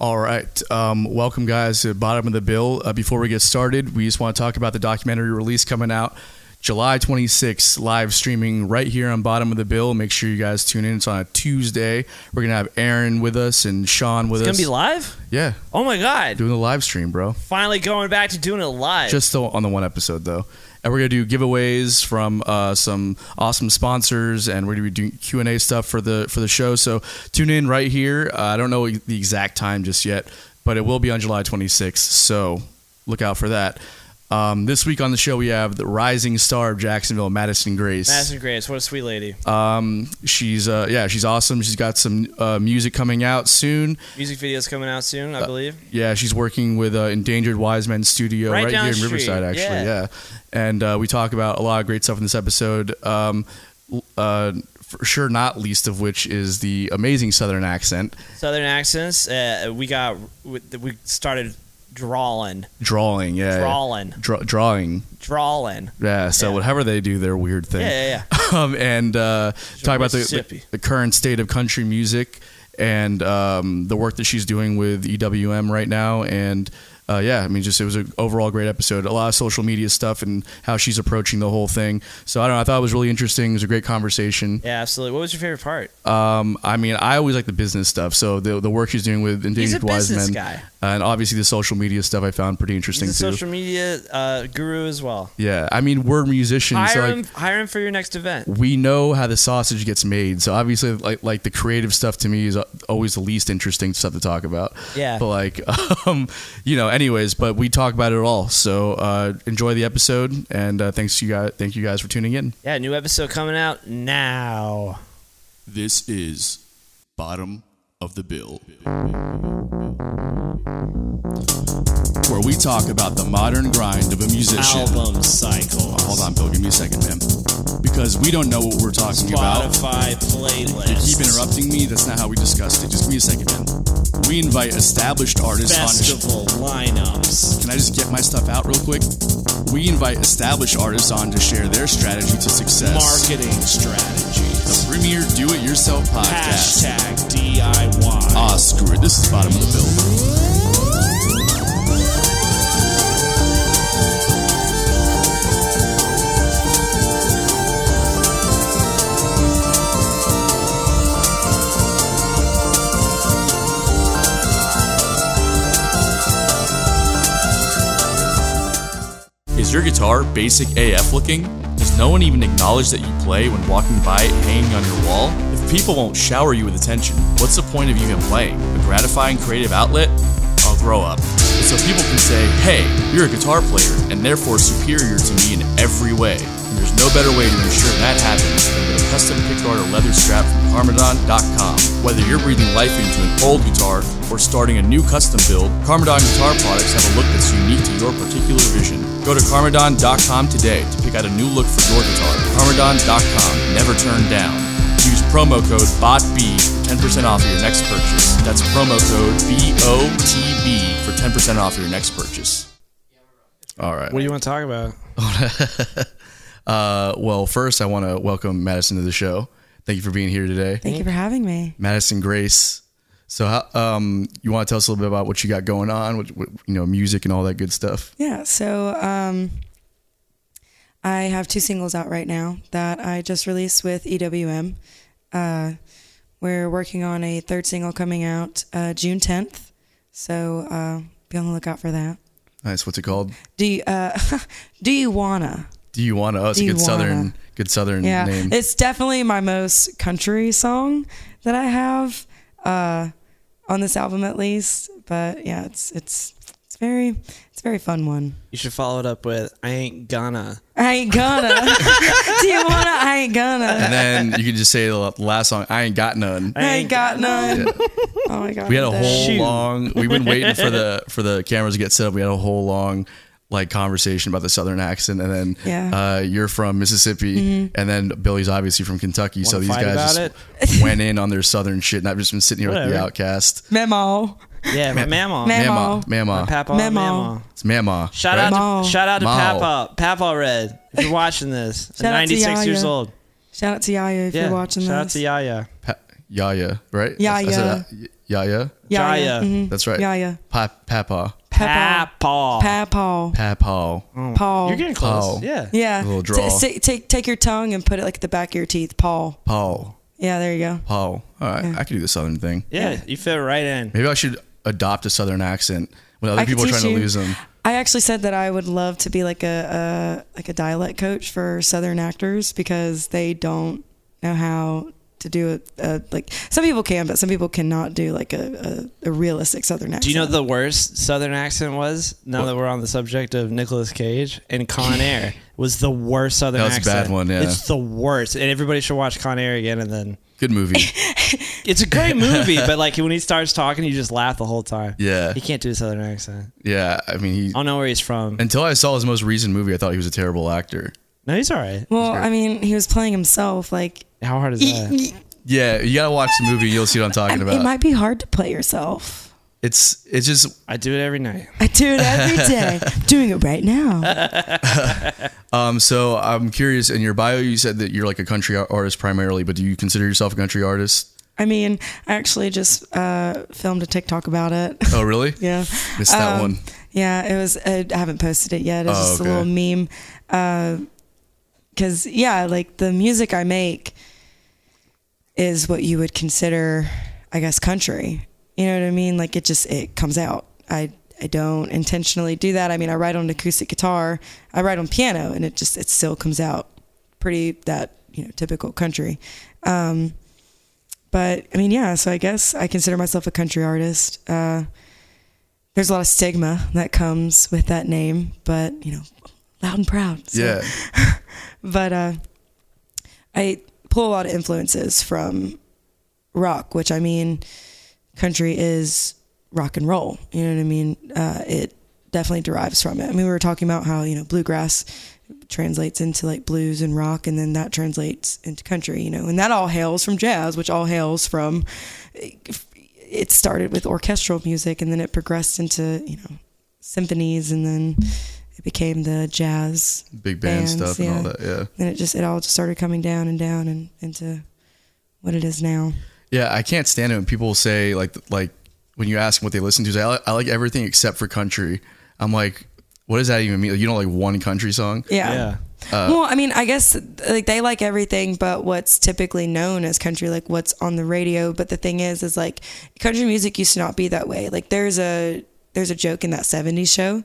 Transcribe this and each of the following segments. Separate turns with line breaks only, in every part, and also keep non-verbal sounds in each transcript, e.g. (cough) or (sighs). All right. Um, welcome, guys, to Bottom of the Bill. Uh, before we get started, we just want to talk about the documentary release coming out July 26th, live streaming right here on Bottom of the Bill. Make sure you guys tune in. It's on a Tuesday. We're going to have Aaron with us and Sean with
It's gonna
us.
be live.
yeah,
Oh my god!
doing the live stream, bro.
Finally going back to doing it live.
Just the, on the one episode, though. And we're going to do giveaways from uh, some awesome sponsors, and we're going to be doing Q and A stuff for the for the show. So tune in right here. Uh, I don't know the exact time just yet, but it will be on July 26th. So look out for that. Um, this week on the show, we have the rising star of Jacksonville, Madison Grace.
Madison Grace, what a sweet lady.
Um, she's uh, yeah, she's awesome. She's got some uh, music coming out soon.
Music video's coming out soon, I
uh,
believe.
Yeah, she's working with uh, Endangered Wise Men Studio
Right
right,
down
here in
the street,
Riverside, actually. Yeah,
yeah.
and uh, we talk about a lot of great stuff in this episode. Um, l- uh, for sure, not least of which is the amazing Southern accent
Southern accents. Uh, we got we, we started drawling,
drawing. Yeah,
drawling,
Draw- drawing.
drawling.
Yeah. So
Yeah.
whatever they do, their weird thing.
Yeah, yeah,
um, and uh, talk about the, the,
Mississippi.
the current state of country music and um, the work that she's doing with EWM right now. And uh, yeah, I mean, just it was an overall great episode. A lot of social media stuff and how she's approaching the whole thing. So I don't know. I thought it was really interesting. It was a great conversation.
yeah, yeah. Absolutely. What was your favorite part?
Um, I mean, I always like the business stuff. So the, the work she's doing
He's
with
a
Endangered Wise
business
Men.
guy.
And obviously the social media stuff I found pretty interesting
He's a
too.
social media uh, guru as well.
yeah. I mean, we're musicians. so
Hire him,
like,
hire him for your next event.
we know how the sausage gets made. So obviously, like like the creative stuff to me is always the least interesting stuff to talk about.
Yeah.
But like, (laughs) um, you know, anyways, but we talk about it all. So uh, enjoy the episode, and uh, thanks you guys. Thank you guys for tuning in.
Yeah, new episode coming out now.
This is Bottom of the Bill, where we talk about the modern grind of a musician.
Album cycle.
Hold on, Bill, give me a second, man. Because we don't know what we're talking about. You
playlist.
keep interrupting me. That's not how we discussed it. Just give me a second, man. We invite established artists on the show.
lineups.
Can I just get my stuff out real quick? We invite established artists on to share their strategy to success.
marketing strategies.
Premier Do It Yourself podcast.
Hashtag DIY.
Uh,
Ah, screw it. This is bottom of the bill. Is your guitar basic AF looking? Does no one even acknowledge that you play when walking by it hanging on your wall? If people won't shower you with attention, what's the point of even playing? A gratifying creative outlet? I'll throw up. So people can say, hey, you're a guitar player and therefore superior to me in every way. And there's no better way to ensure that happens than with a custom pickguard or leather strap from Carmadon.com. Whether you're breathing life into an old guitar or starting a new custom build, Carmadon guitar products have a look that's unique to your particular vision. Go to Carmadon.com today to pick out a new look for your guitar. Carmadon.com, never turned down. Use promo code BOTB for 10% off your next purchase. That's promo code B-O-T-B for 10% off your next purchase.
All right.
What do you want to talk about?
Uh, well, first I want to welcome Madison to the show. Thank you for being here today,
Thank you for having me.
Madison Grace. So, how, um, you want to tell us a little bit about what you got going on, what, what, you know, music and all that good stuff.
Yeah, so um, I have two singles out right now that I just released with EWM. Uh, we're working on a third single coming out uh, June 10th, so uh, be on the lookout for that.
Nice. What's it called?
Do you, uh, (laughs) do you wanna?
Do you want to? Oh, it's a
Do you
good southern,
wanna?
good southern
Yeah,
name.
(laughs) it's definitely my most country song that I have uh, on this album, at least. But yeah, it's it's it's very it's a very fun one.
You should follow it up with I ain't gonna.
I ain't gonna. (laughs) Do you wanna? I ain't gonna.
and then you can just say the last song. I ain't got none.
I ain't got none. Oh my god.
We had a whole
Shoot.
long. We've been waiting for
(laughs)
the for the cameras to get set up. We had a whole long like conversation about the southern accent, and then
Yeah. Mm-hmm.
uh, you're from Mississippi, and then Billy's obviously from Kentucky. so
Wanna
these
fight
guys
about
just
(laughs)
went in on their southern shit, and I've just been sitting here with the
Whatever.
outcast.
memo.
Yeah, my mama.
Mam-
Mama,
Mamaw.
mama,
Papa,
Mamaw.
mama.
it's mama.
Shout
right?
out,
Maw.
to, shout out to
Maw.
Papa, Papa Red. If you're watching this,
(laughs) Shout out to
96 years
Yaya.
old.
Shout out to Yaya if
Yeah,
you're watching
shout out
this.
to Yaya.
Pa- Yaya, right?
Yaya.
I said, uh, y- Yaya.
Yaya.
Jaya.
mhm.
That's right.
Yaya.
Pa- Papa.
Papa.
Papaw.
Papa.
Papaw.
Oh.
Paul.
You're getting close.
Paw.
Yeah.
yeah.
A little
T-
draw.
say- take take your tongue and put it like at the back of your teeth. Paul.
Paul.
Yeah, there you go.
Paul. All right. I could do the southern thing.
Yeah, you fit right in.
Maybe I should adopt a southern accent when other
I could
people are trying
teach
to
you-
lose them.
I actually said that I would love to be like a, a like a dialect coach for Southern actors because they don't know how to do a, a like some people can, but some people cannot do like a, a, a realistic Southern accent.
Do you know the worst Southern accent was? Now that we're on the subject of Nicolas Cage and
(laughs)
Con Air was the worst Southern
That was a
accent.
bad one, yeah.
It's the worst, and everybody should watch Con Air again. And then
Good
(laughs)
movie.
it's
(laughs)
a great movie, but like when he starts talking, you just laugh the whole time.
Yeah.
he can't do a Southern accent.
yeah. I mean, he.
I don't know where he's from.
Until I saw his most recent movie, I thought he was a terrible actor.
No, he's all right.
Well, I mean, he was playing himself. Like
How hard is that?
it,
Yeah, you gotta watch the movie. You'll see what I'm talking about.
(laughs) it might be hard to play yourself.
it's it's just
I do it every night.
I do
(laughs)
it every day. Doing it right now.
um. So I'm curious. In your bio, you said that you're like a country ar- artist primarily, but do you consider yourself a country
(laughs)
artist?
I mean, I actually just uh, filmed a TikTok about it.
Oh, really?
Yeah. Um,
Missed that one.
Yeah, it was. Uh, I haven't posted it yet. It's
Oh,
just
okay.
a little meme. Because yeah, like the music I make is what you would consider, I guess, country. You know what I mean? Like it just it comes out. I I don't intentionally do that. I mean, I write on acoustic guitar. I write on piano, and it just it still comes out pretty that you know typical country. Um, but I mean, yeah. So I guess I consider myself a country artist. Uh, there's a lot of stigma that comes with that name, but you know, loud and proud. So-
Yeah.
But uh, I pull a lot of influences from rock, which I mean, country is rock and roll. You know what I mean? Uh, it definitely derives from it. I mean, we were talking about how you know bluegrass translates into like blues and rock, and then that translates into country. You know, and that all hails from jazz, which all hails from it started with orchestral music and then it progressed into you know symphonies and then it became the jazz
Big band
Bands,
stuff and all
yeah.
that. Yeah.
and it just it all just started coming down and down and into what it is now
Yeah, I can't stand it when people say like like when you ask them what they listen to, say, I, like, I like everything except for country. I'm like, what does that even mean? Like, you don't like one country song?
yeah,
Yeah.
well i mean i guess like they like everything but what's typically known as country like what's on the radio but the thing is is like country music used to not be that way like there's a there's a joke in that 70s show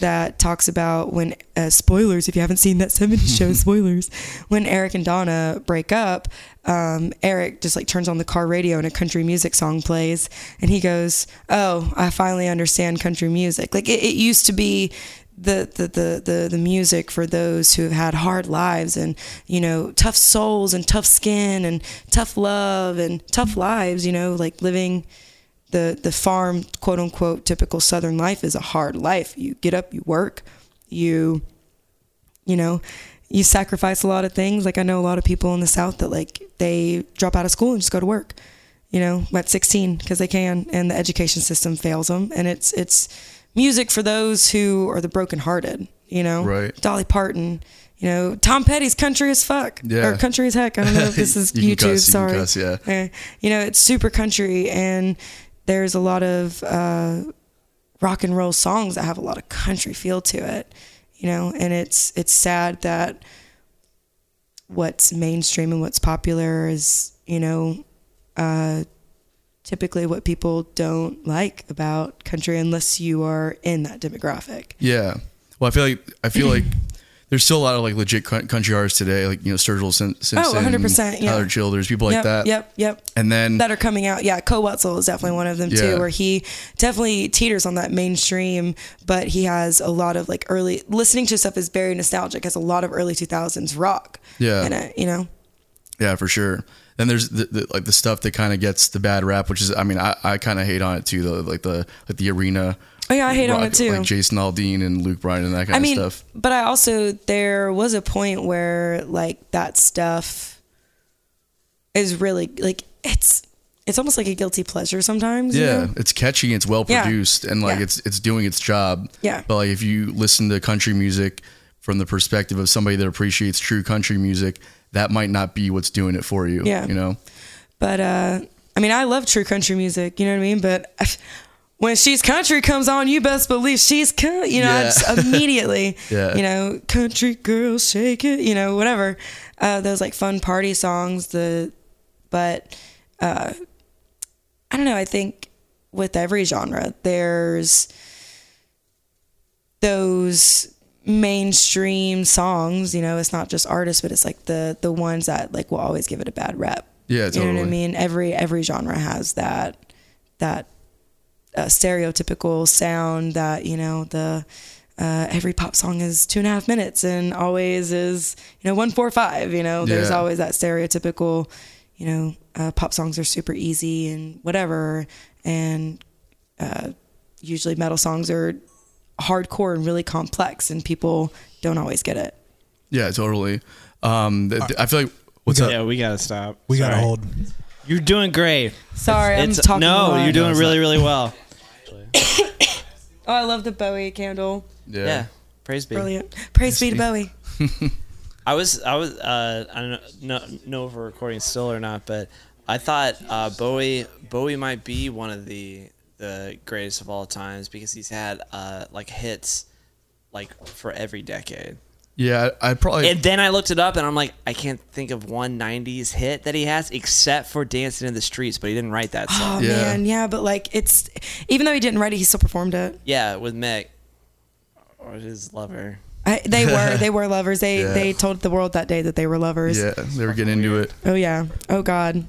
that talks about when uh, spoilers if you haven't seen that 70s show spoilers when eric and donna break up um, eric just like turns on the car radio and a country music song plays and he goes oh i finally understand country music like it, it used to be the, the, the, the, the music for those who have had hard lives and you know tough souls and tough skin and tough love and tough lives you know like living the the farm quote unquote typical southern life is a hard life you get up you work you you know you sacrifice a lot of things like i know a lot of people in the south that like they drop out of school and just go to work you know at 16 because they can and the education system fails them and it's it's music for those who are the brokenhearted you know
Right.
dolly parton you know tom petty's country as fuck
Yeah.
or country as heck i don't know
(laughs)
if (laughs) this is
You
youtube
can cuss, you can
sorry
cuss, yeah.
Eh, you know it's super country and there's a lot of uh, rock and roll songs that have a lot of country feel to it you know and it's it's sad that what's mainstream and what's popular is you know uh, typically what people don't like about country unless you are in that demographic
Yeah. Well, I feel like I feel
(clears throat)
like there's still a lot of like legit cou- country artists today, like you know Sturgill Sim-
Oh,
Simpson,
100%, yeah.
Tyler Childers, people like
yep,
that.
yep yep
And then
that are coming out. Yeah, Co Wetzel is definitely one of them
Yeah.
too, where he definitely teeters on that mainstream, but he has a lot of like early listening to stuff is very nostalgic, has a lot of early two thousands rock.
Yeah.
In it, you know?
yeah, for sure. Then there's the, the, like the stuff that kind of gets the bad rap, which is I mean I, I kind of hate on it too, though, like the like the arena.
Oh yeah, I hate on
rock,
it too.
Like Jason Aldean and Luke Bryan and that kind
I mean,
of stuff.
but I also there was a point where like that stuff is really like it's it's almost like a guilty pleasure sometimes. you
Yeah,
know?
it's catchy, and it's well
Yeah.
produced, and like
Yeah.
it's it's doing its job.
Yeah.
But like if you listen to country music from the perspective of somebody that appreciates true country music, that might not be what's doing it for you.
Yeah.
You know.
But uh, I mean, I love true country music, you know what I mean? But (laughs) when she's country comes on, you best believe she's country, you know, I
Yeah.
just immediately,
(laughs) Yeah.
you know, country girl, shake it, you know, whatever. Uh, those like fun party songs, the, but, uh, I don't know. I think with every genre, there's those mainstream songs, you know, it's not just artists, but it's like the, the ones that like will always give it a bad rep.
Yeah,
You know what
totally.
I mean? Every every genre has that that uh, stereotypical sound that you know the uh, every pop song is two and a half minutes and always is you know one four five. You know, there's
Yeah.
always that stereotypical. You know, uh, pop songs are super easy and whatever, and uh, usually metal songs are hardcore and really complex, and people don't always get it.
Yeah, totally. Um, th- th- I feel like what's up?
Yeah, we gotta stop.
We got to
Sorry.
hold.
You're doing great.
Sorry,
It's-
I'm talking. a
No,
lot.
you're doing really, really well.
Oh, I love the Bowie candle.
(laughs) Yeah.
Yeah. Praise be.
Brilliant. Praise be to Bowie.
I was I was uh, I don't know, know know if we're recording still or not, but I thought uh, Bowie Bowie might be one of the the greatest of all times because he's had uh, like hits like for every decade.
Yeah, I I'd probably.
And then I looked it up and I'm like, I can't think of one '90s hit that he has except for "Dancing in the Streets," but he didn't write that song.
(gasps) Oh
Yeah.
man, yeah, but like it's even though he didn't write it, he still performed it.
yeah, with Mick or his lover.
I,
(laughs)
they were they were lovers. They
Yeah.
they told the world that day that they were lovers.
yeah, they were getting into it.
Oh yeah. Oh god.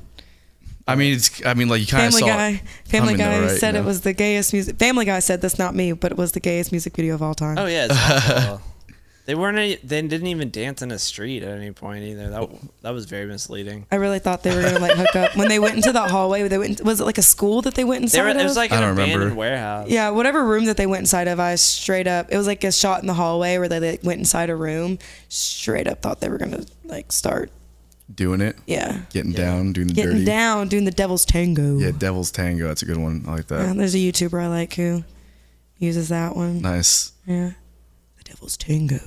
I mean, it's. I mean, like you kind of
Family
saw.
Guy. Family
coming though,
Guy
right,
said
you know?
it was the gayest music. Family Guy said that's not me, but it was the gayest music video of all time.
Oh yeah, it's awful. they weren't. Any, they didn't even dance in the street at any point either. That that was very misleading.
I really thought they were gonna like hook up when they went into that hallway. They went. Was it like a school that they went
They
inside?
were, it
of?
was like
I
an
don't
abandoned
remember.
warehouse.
Yeah, whatever room that they went inside of, I straight up it was like a shot in the hallway where they like, went inside a room. Straight up thought they were gonna like start.
doing it,
Yeah,
getting down, doing the
getting
dirty.
down, doing the devil's tango.
Yeah, Devil's Tango. That's a good one. I like that.
Yeah, there's a YouTuber I like who uses that one.
Nice.
Yeah. The Devil's Tango.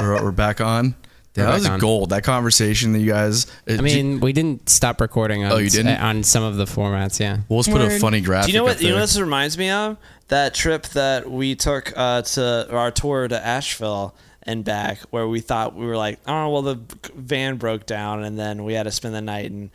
We're, we're back on.
We're
Yeah, that
back
was
on.
gold. That conversation that you guys. it-
I mean, we didn't stop recording on,
Oh, you didn't?
on some of the formats, yeah.
we'll just put a
Word.
funny graphic.
Do you know
up
what? You know
there.
what this reminds me of that trip that we took uh, to our tour to Asheville and back, where we thought we were like, oh well, the van broke down, and then we had to spend the night in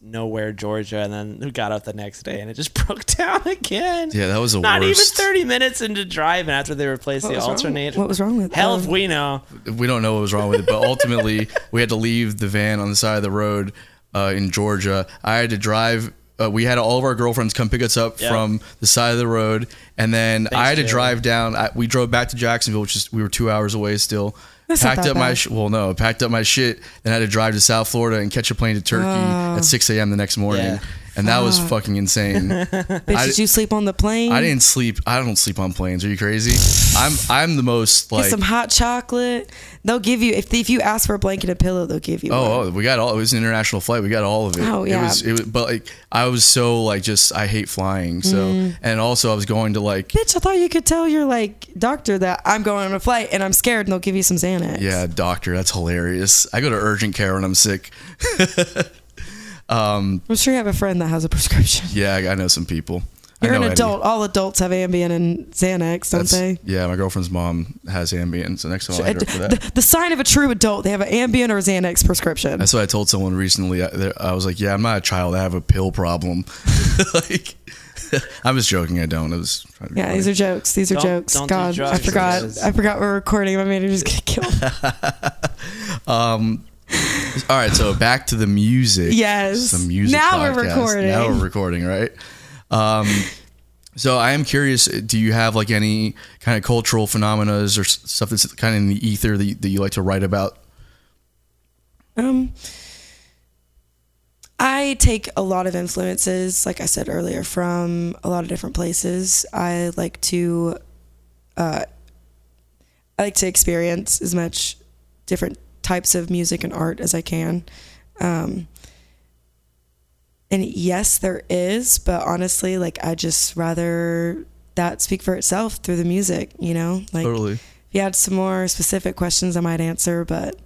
nowhere, Georgia, and then we got up the next day, and it just (laughs) broke down again.
Yeah, that was the
Not
worst.
even 30 minutes into driving after they replaced
What
the
was wrong?
alternator.
What was wrong with-
Hell,
um,
if we know.
we don't know what was wrong with
(laughs)
it, but ultimately we had to leave the van on the side of the road uh, in Georgia. I had to drive. Uh, we had all of our girlfriends come pick us up
Yeah.
from the side of the road, and then I had to
Taylor.
drive down. I, we drove back to Jacksonville, which is we were two hours away still.
That's not
packed
that
up my
bad.
sh- well, no, packed up my shit, and had to drive to South Florida and catch a plane to Turkey
Oh.
at six a.m. the next morning,
Yeah.
and that was fucking
(laughs)
insane.
Bitch, did you sleep on the plane?
I didn't sleep. I don't sleep on planes. Are you crazy? I'm I'm the most
Get
like
some hot chocolate. They'll give you if if you ask for a blanket and pillow, they'll give you. one.
Oh, oh, we got all. It was an international flight. We got all of it.
Oh,
It
yeah.
was. It was. But like, I was so like, just I hate flying. So,
Mm.
and also I was going to like,
Bitch, I thought you could tell your like doctor that I'm going on a flight and I'm scared, and they'll give you some Xanax.
yeah, doctor, that's hilarious. I go to urgent care when I'm sick.
I'm sure you have a friend that has a prescription.
Yeah, I, I know some people. (laughs) I
You're an
know Eddie.
adult. eh? All adults have Ambien and Xanax, don't
That's-
they?
Yeah, my girlfriend's mom has Ambien, so next time I'll
A-
hit her for that.
the, the sign of a true adult, they have an Ambien or Xanax prescription.
That's what I told someone recently. I, there- I was like, "Yeah, I'm not a child. I have a pill problem." (laughs) like, (laughs) I'm just joking. I don't. I was trying to be
Yeah,
funny.
these are jokes. These are
Don't-
jokes.
don't do
God, I
drugs,
forgot.
guys.
I forgot we're recording. My manager's gonna kill.
(laughs)
me.
All right, so back to the music.
Yes.
the music.
Now we're
podcast.
recording.
Now we're recording, right? Um, so I am curious. Do you have like any kind of cultural phenomena or s- stuff that's kind of in the ether that you, that you like to write about?
um, I take a lot of influences, like I said earlier, from a lot of different places. I like to, uh, I like to experience as much different types of music and art as I can. Um, And yes, there is, but honestly, like I just rather that speak for itself through the music, you know? Like
Totally.
if you had some more specific questions I might answer, but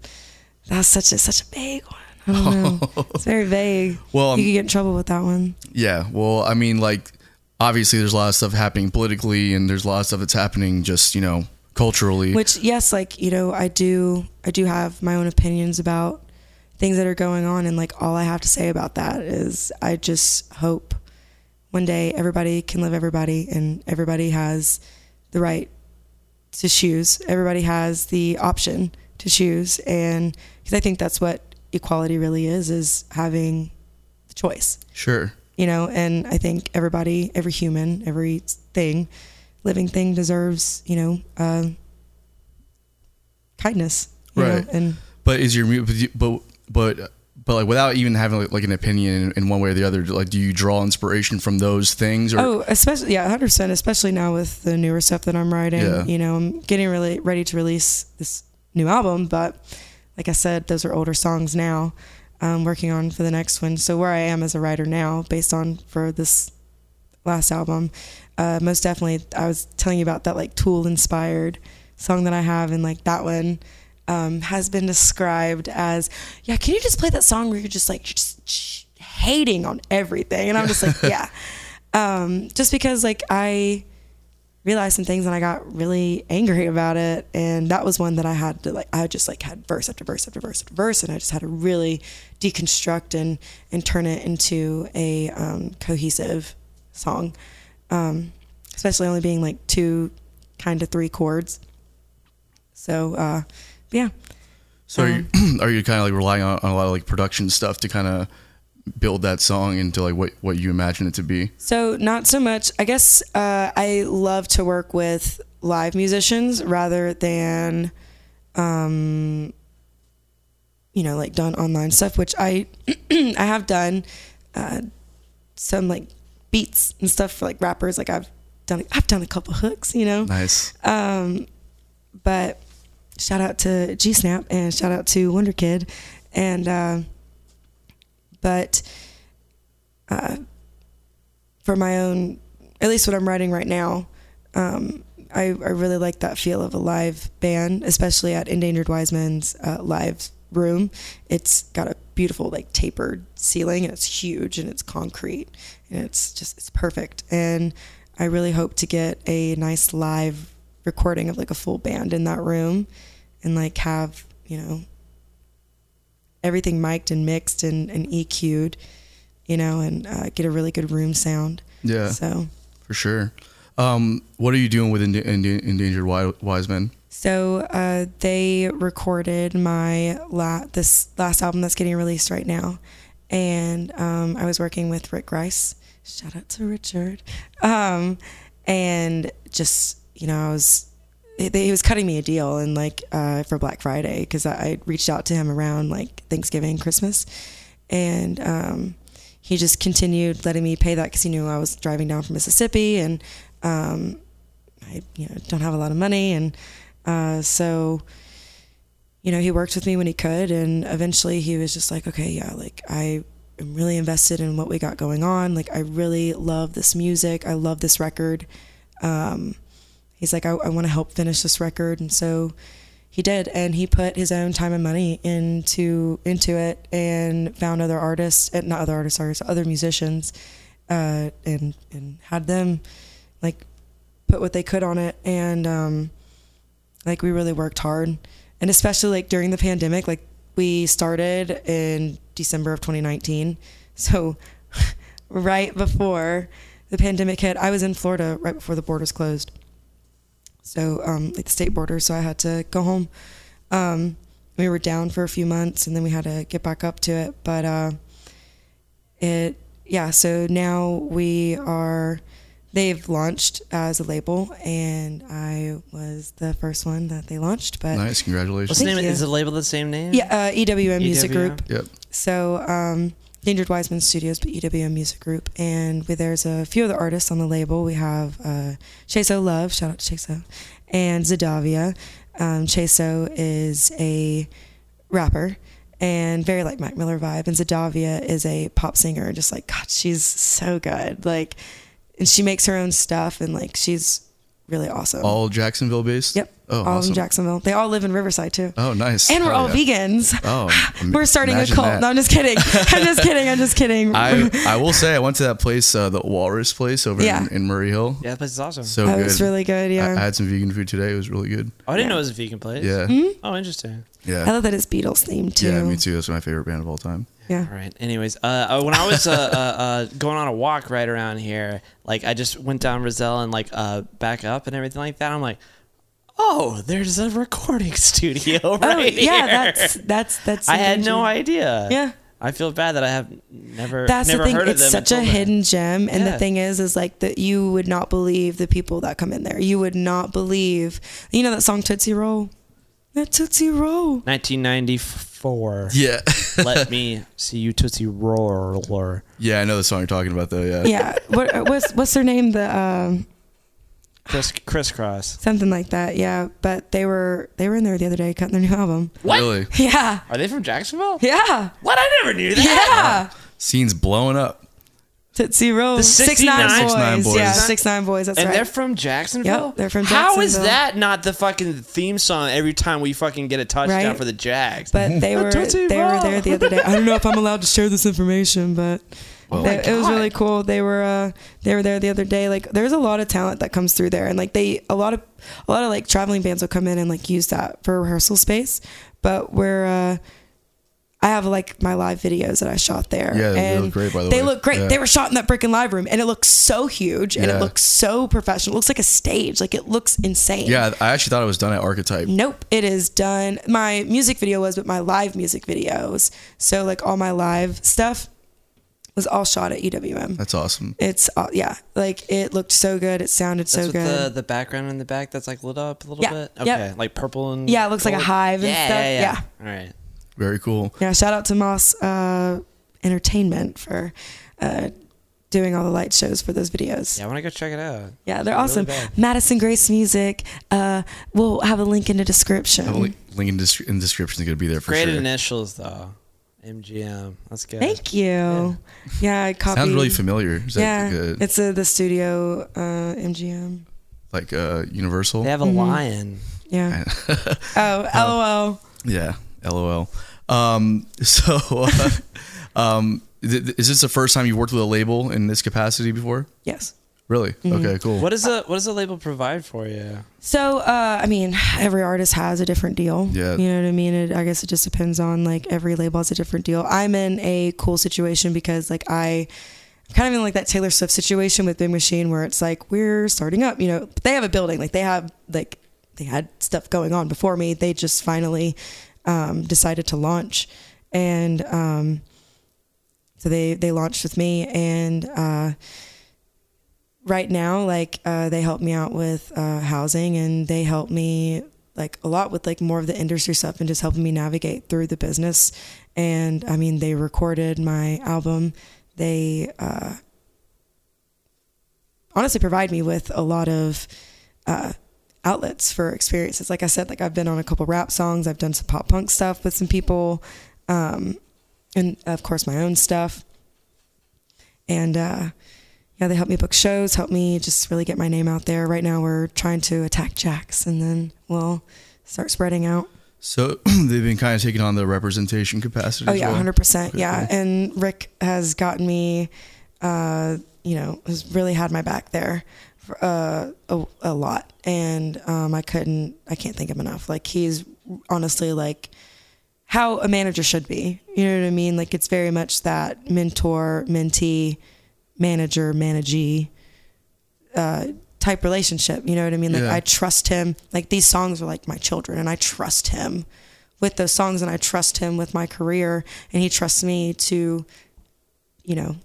that's such a such a big one. I don't know. it's very vague.
Well, um,
you could get in trouble with that one.
Yeah. Well, I mean, like, obviously, there's a lot of stuff happening politically, and there's a lot of stuff that's happening just, you know, culturally.
Which, yes, like you know, I do, I do have my own opinions about things that are going on, and like all I have to say about that is, I just hope one day everybody can live everybody, and everybody has the right to choose. Everybody has the option to choose, and because I think that's what equality really is, is having the choice
sure.
you know and i think everybody every human every thing living thing deserves you know uh, kindness you know,
Right.
and
But is your mu- but but but like without even having like, like an opinion in, in one way or the other, like do you draw inspiration from those things? Or
oh especially yeah 100% especially now with the newer stuff that i'm writing
Yeah.
you know i'm getting really ready to release this new album but like i said those are older songs now i'm working on for the next one so where i am as a writer now based on for this last album uh, most definitely i was telling you about that like tool inspired song that i have and like that one um, has been described as yeah can you just play that song where you're just like just sh- hating on everything and i'm just like yeah um, just because like I realized some things and I got really angry about it, and that was one that I had to like I just like had verse after verse after verse after verse, and I just had to really deconstruct and and turn it into a um, cohesive song, um, especially only being like two kind of three chords. So uh, yeah,
so are you, (clears throat) are you kind of like relying on, on a lot of like production stuff to kind of build that song into like what what you imagine it to be?
So not so much. I guess uh, I love to work with live musicians rather than, um, you know, like done online stuff, which I (clears throat) I have done uh, some like beats and stuff for like rappers. Like I've done I've done a couple hooks, you know.
Nice.
Um, But shout out to G Snap and shout out to Wonder Kid, and uh, but uh, for my own, at least what I'm writing right now, um, I, I really like that feel of a live band, especially at Endangered Wiseman's uh, live room. It's got a beautiful like tapered ceiling and it's huge and it's concrete and it's just it's perfect. And I really hope to get a nice live recording of like a full band in that room and like have, you know, everything mic'd and mixed and, and EQ'd, you know, and uh, get a really good room sound.
Yeah.
So
for sure. Um, what are you doing with Ind- Ind- Endangered Wi- Wise Men?
So uh, they recorded my la- this last album that's getting released right now, and um, I was working with Rick Rice. Shout out to Richard, um, and just you know I was they, they- he was cutting me a deal and like uh, for Black Friday because I, I reached out to him around like Thanksgiving, Christmas, and um, he just continued letting me pay that because he knew I was driving down from Mississippi and um, I you know don't have a lot of money and uh, so you know he worked with me when he could and eventually he was just like okay yeah like I am really invested in what we got going on like I really love this music I love this record um, he's like I, I want to help finish this record and so he did and he put his own time and money into into it and found other artists and not other artists artists other musicians uh, and and had them like put what they could on it and um like we really worked hard and especially like during the pandemic like we started in december of 2019 so (laughs) right before the pandemic hit i was in florida right before the borders closed so um like the state border so i had to go home um we were down for a few months and then we had to get back up to it but uh it yeah so now we are they've launched as a label and i was the first one that they launched but
Nice, congratulations.
What's the
Thank
name?
you.
Is the label the same name?
yeah uh, ewm music
EWM.
group
Yep.
so um Dangered Wiseman Studios, but EWM Music Group, and we, there's a few other artists on the label. We have uh, Chaso Love, shout out to Chaso, and Zadavia. Um, Chaso is a rapper and very like Mac Miller vibe, and Zadavia is a pop singer. Just like God, she's so good. Like, and she makes her own stuff, and like she's really awesome.
All Jacksonville based.
Yep.
Oh,
all
awesome.
in Jacksonville. They all live in Riverside too.
Oh, nice.
And we're
Hell
all
yeah.
vegans. (laughs)
Oh, im-
we're starting a
imagine
cult.
that.
No, I'm
(laughs)
just kidding. I'm just kidding. I'm just kidding. (laughs)
I, I will say I went to that place, uh, the Walrus place over
Yeah.
in, in Murray Hill.
Yeah, that place is awesome.
So
that
good.
was really good.
I,
Yeah.
I
I,
had some vegan food today. It was really good.
oh, I didn't know it was a vegan place.
Yeah.
Oh, interesting.
Yeah.
Mm-hmm. love that it's Beatles themed too.
Yeah, me too. That's my favorite band of all time.
Yeah.
All right. Anyways, uh, uh, when I was uh, uh, uh, going on a walk right around here, like I just went down Roselle and like uh, back up and everything like that. I'm like, oh, there's a recording (laughs) studio
Oh,
right here.
yeah. That's that's that's.
I had
something
no
to-
idea.
Yeah.
I feel bad that I have never
That's
never
the thing.
heard of them
It's such a
until then.
hidden gem, and
Yeah.
the thing is, is like that you would not believe the people that come in there. You would not believe. You know that song Tootsie Roll. That Tootsie
(laughs)
Roll. (laughs)
1994.
Yeah. (laughs)
Let me see you tootsie roar.
yeah, I know the song you're talking about, though. Yeah.
Yeah. what, what's what's their name? The um, (sighs)
Criss crisscross.
something like that. Yeah. But they were they were in there the other day cutting their new album. (laughs)
Really.
Yeah.
Are they from Jacksonville?
Yeah.
What? I never knew that.
Yeah.
Scene's blowing up.
Tootsie Roll.
The 69
boys.
69 boys.
Yeah, six nine boys. That's
And
right.
they're from Jacksonville.
Yep, they're from
How is
Jacksonville.
that not the fucking theme song every time we fucking get a touchdown
Right?
for the Jags?
but they were
Tootsie
they
Roll.
were there the other day. I don't know if I'm allowed to share this
(laughs)
information, but they- it was really cool. They were uh, they were there the other day. Like there's a lot of talent that comes through there, and like they a lot of a lot of like traveling bands will come in and like use that for rehearsal space. But we're uh, I have like my live videos that I shot there.
Yeah, they
and
look great, by the
they
way.
look great.
Yeah.
They were shot in that freaking live room, and it looks so huge, and
Yeah.
it looks so professional. It looks like a stage. Like it looks insane.
Yeah, I actually thought it was done at Archetype.
Nope, it is done. My music video was, but my live music videos. So like all my live stuff was all shot at EWM.
That's awesome.
It's all, yeah, like it looked so good. It sounded
that's
so
with the,
good.
uh,
the background in the back that's like lit up a little
Yeah,
bit. Okay.
yep.
Like purple and
Yeah, it looks like a
gold.
hive and
yeah,
stuff.
Yeah, yeah.
Yeah.
All right.
Very cool.
yeah, shout out to Moss uh, Entertainment for uh, doing all the light shows for those videos.
Yeah, I want to go check it out.
Yeah, they're
Really
awesome.
bad.
Madison Grace Music. Uh, we'll have a link in the description.
Have a link, link in, descri- in the description is going to be there for
Great
sure.
initials though. MGM. Let's go.
Thank you. Yeah, I copied.
Sounds really familiar. Is that
Yeah,
like, a,
it's a, the studio uh, MGM.
like uh, Universal?
They have
Mm-hmm.
a lion.
Yeah. oh, LOL.
Yeah, lol. Um, (laughs) so, uh, um, th- th- is this the first time you worked with a label in this capacity before?
Yes.
Really?
Mm-hmm.
Okay, cool.
What does a what does a label provide for you?
So, uh, I mean, every artist has a different deal.
Yeah.
You know what I mean? It, I guess it just depends on like every label has a different deal. I'm in a cool situation because like I I'm kind of in like that Taylor Swift situation with Big Machine where it's like we're starting up, you know, they have a building, like they have like they had stuff going on before me. They just finally um, decided to launch and um, so they they launched with me and uh right now like uh, they help me out with uh, housing and they help me like a lot with like more of the industry stuff and just helping me navigate through the business and i mean they recorded my album they uh, honestly provide me with a lot of uh, outlets for experiences like i said like i've been on a couple rap songs i've done some pop punk stuff with some people um, and of course my own stuff and uh, yeah, they help me book shows, help me just really get my name out there. Right now, we're trying to attack Jax, and then we'll start spreading out.
So (clears throat) they've been kind of taking on the representation capacity.
Oh
as
yeah,
well.
hundred percent. Yeah, and Rick has gotten me, uh, you know, has really had my back there, for, uh, a, a lot, and um, I couldn't, I can't thank him enough. Like he's honestly like how a manager should be. You know what I mean? Like it's very much that mentor, mentee, manager, managee, uh, type relationship. You know what I mean? Like
Yeah.
I trust him. Like these songs are like my children, and I trust him with those songs, and I trust him with my career, and he trusts me to, you know,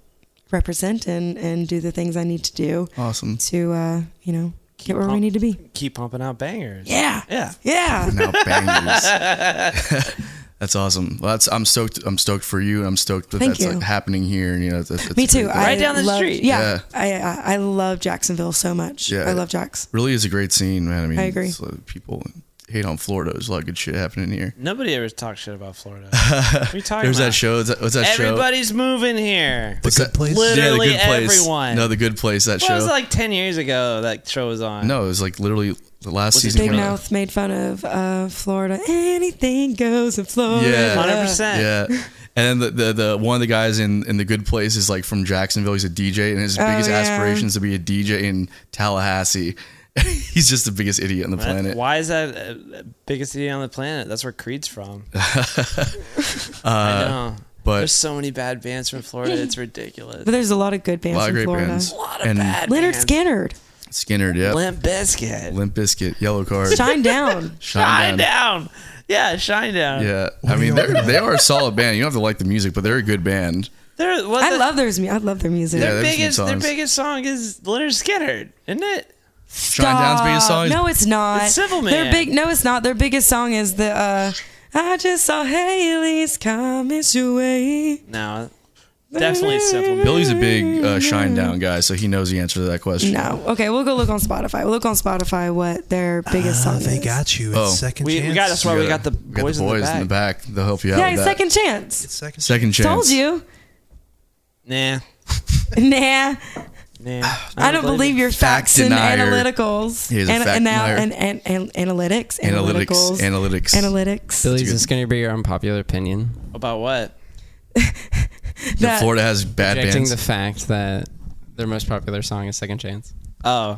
represent and and do the things I need to do
Awesome.
to, uh, you know, get where we
pump-
need to be.
Keep pumping out bangers.
Yeah.
Yeah.
Yeah.
now bangers. (laughs) that's awesome. Well, that's I'm stoked. I'm stoked for you, and I'm stoked that
Thank
that's
you.
like happening here. And you know, that's, that's
Me too.
pretty cool.
I
Right down the
love-
street.
Yeah, I, I I love Jacksonville so much.
Yeah.
I love Jax.
really is a great scene, man. I mean,
I agree.
it's, uh, people. hate on Florida. There's a lot of good shit happening here.
Nobody ever talks shit about
(laughs)
Florida. What are you talking
There's
about?
that show. What's that, what's that show?
Everybody's moving here.
What's
Good
that-
Place?
Literally
yeah, the good place.
everyone.
No, the good place. That
Well, it
show.
was like ten years ago that show was on.
no, it was like literally the last
Was it
season.
Big
when I-
Mouth made fun of uh, Florida. Anything goes in Florida.
Yeah.
hundred percent.
Yeah. And then the, the the one of the guys in in the good place is like from Jacksonville. He's a DJ, and his
Oh,
biggest
yeah.
aspiration is to be a DJ in Tallahassee. (laughs) He's just the biggest idiot on the planet.
Why is that uh, biggest city on the planet? That's where Creed's from. I know.
but-
There's so many bad bands from Florida. It's ridiculous.
But there's a lot of good
A
bands
lot of
in
great
Florida.
bands.
lot of
and
bad
Leonard
bands.
(laughs)
Skinner,
Skinner, yeah.
Limp
Limp,
Bizkit.
Biscuit, Yellow Card,
Shine Down.
Shine down. Yeah, Shine down.
Yeah, I mean they're they are a solid band. You don't have to like the music, but they're a good band.
They're, well,
I
the-
love their mu- I love their music.
Yeah.
their
they have some
biggest. Their
songs.
biggest song is Leonard Skinner, isn't it?
Shine Down's biggest
Stop.
song is-
Ah, No, it's not.
It's Civil Man.
Their big no, it's not. Their biggest song is the uh, I just saw Haley's comments your way.
No, definitely simple.
Billy's a big uh, Shine Down guy, so he knows the answer to that question.
No. Okay, we'll go look on Spotify. We'll look on Spotify what their biggest
Ah,
song
They
is.
got you. It's
Oh.
second
We,
chance.
we got that's why
You
we got the
we got
boys, in the back.
back. They'll help you out.
yeah,
with
it's
that.
second chance.
It's second.
second chance.
Told you. (laughs)
Nah,
Nah.
nah.
I don't believe your facts
Fact
and
denier.
analyticals.
He is a
Ana-
fact
ana-
denier.
an- an- an- analytics.
Analytics.
Analyticals.
Analytics.
Analytics.
Billy's
good.
is going to be your unpopular opinion.
About what?
That
That-
Florida has bad
Rejecting
bands.
the fact that their most popular song is Second Chance.
Oh.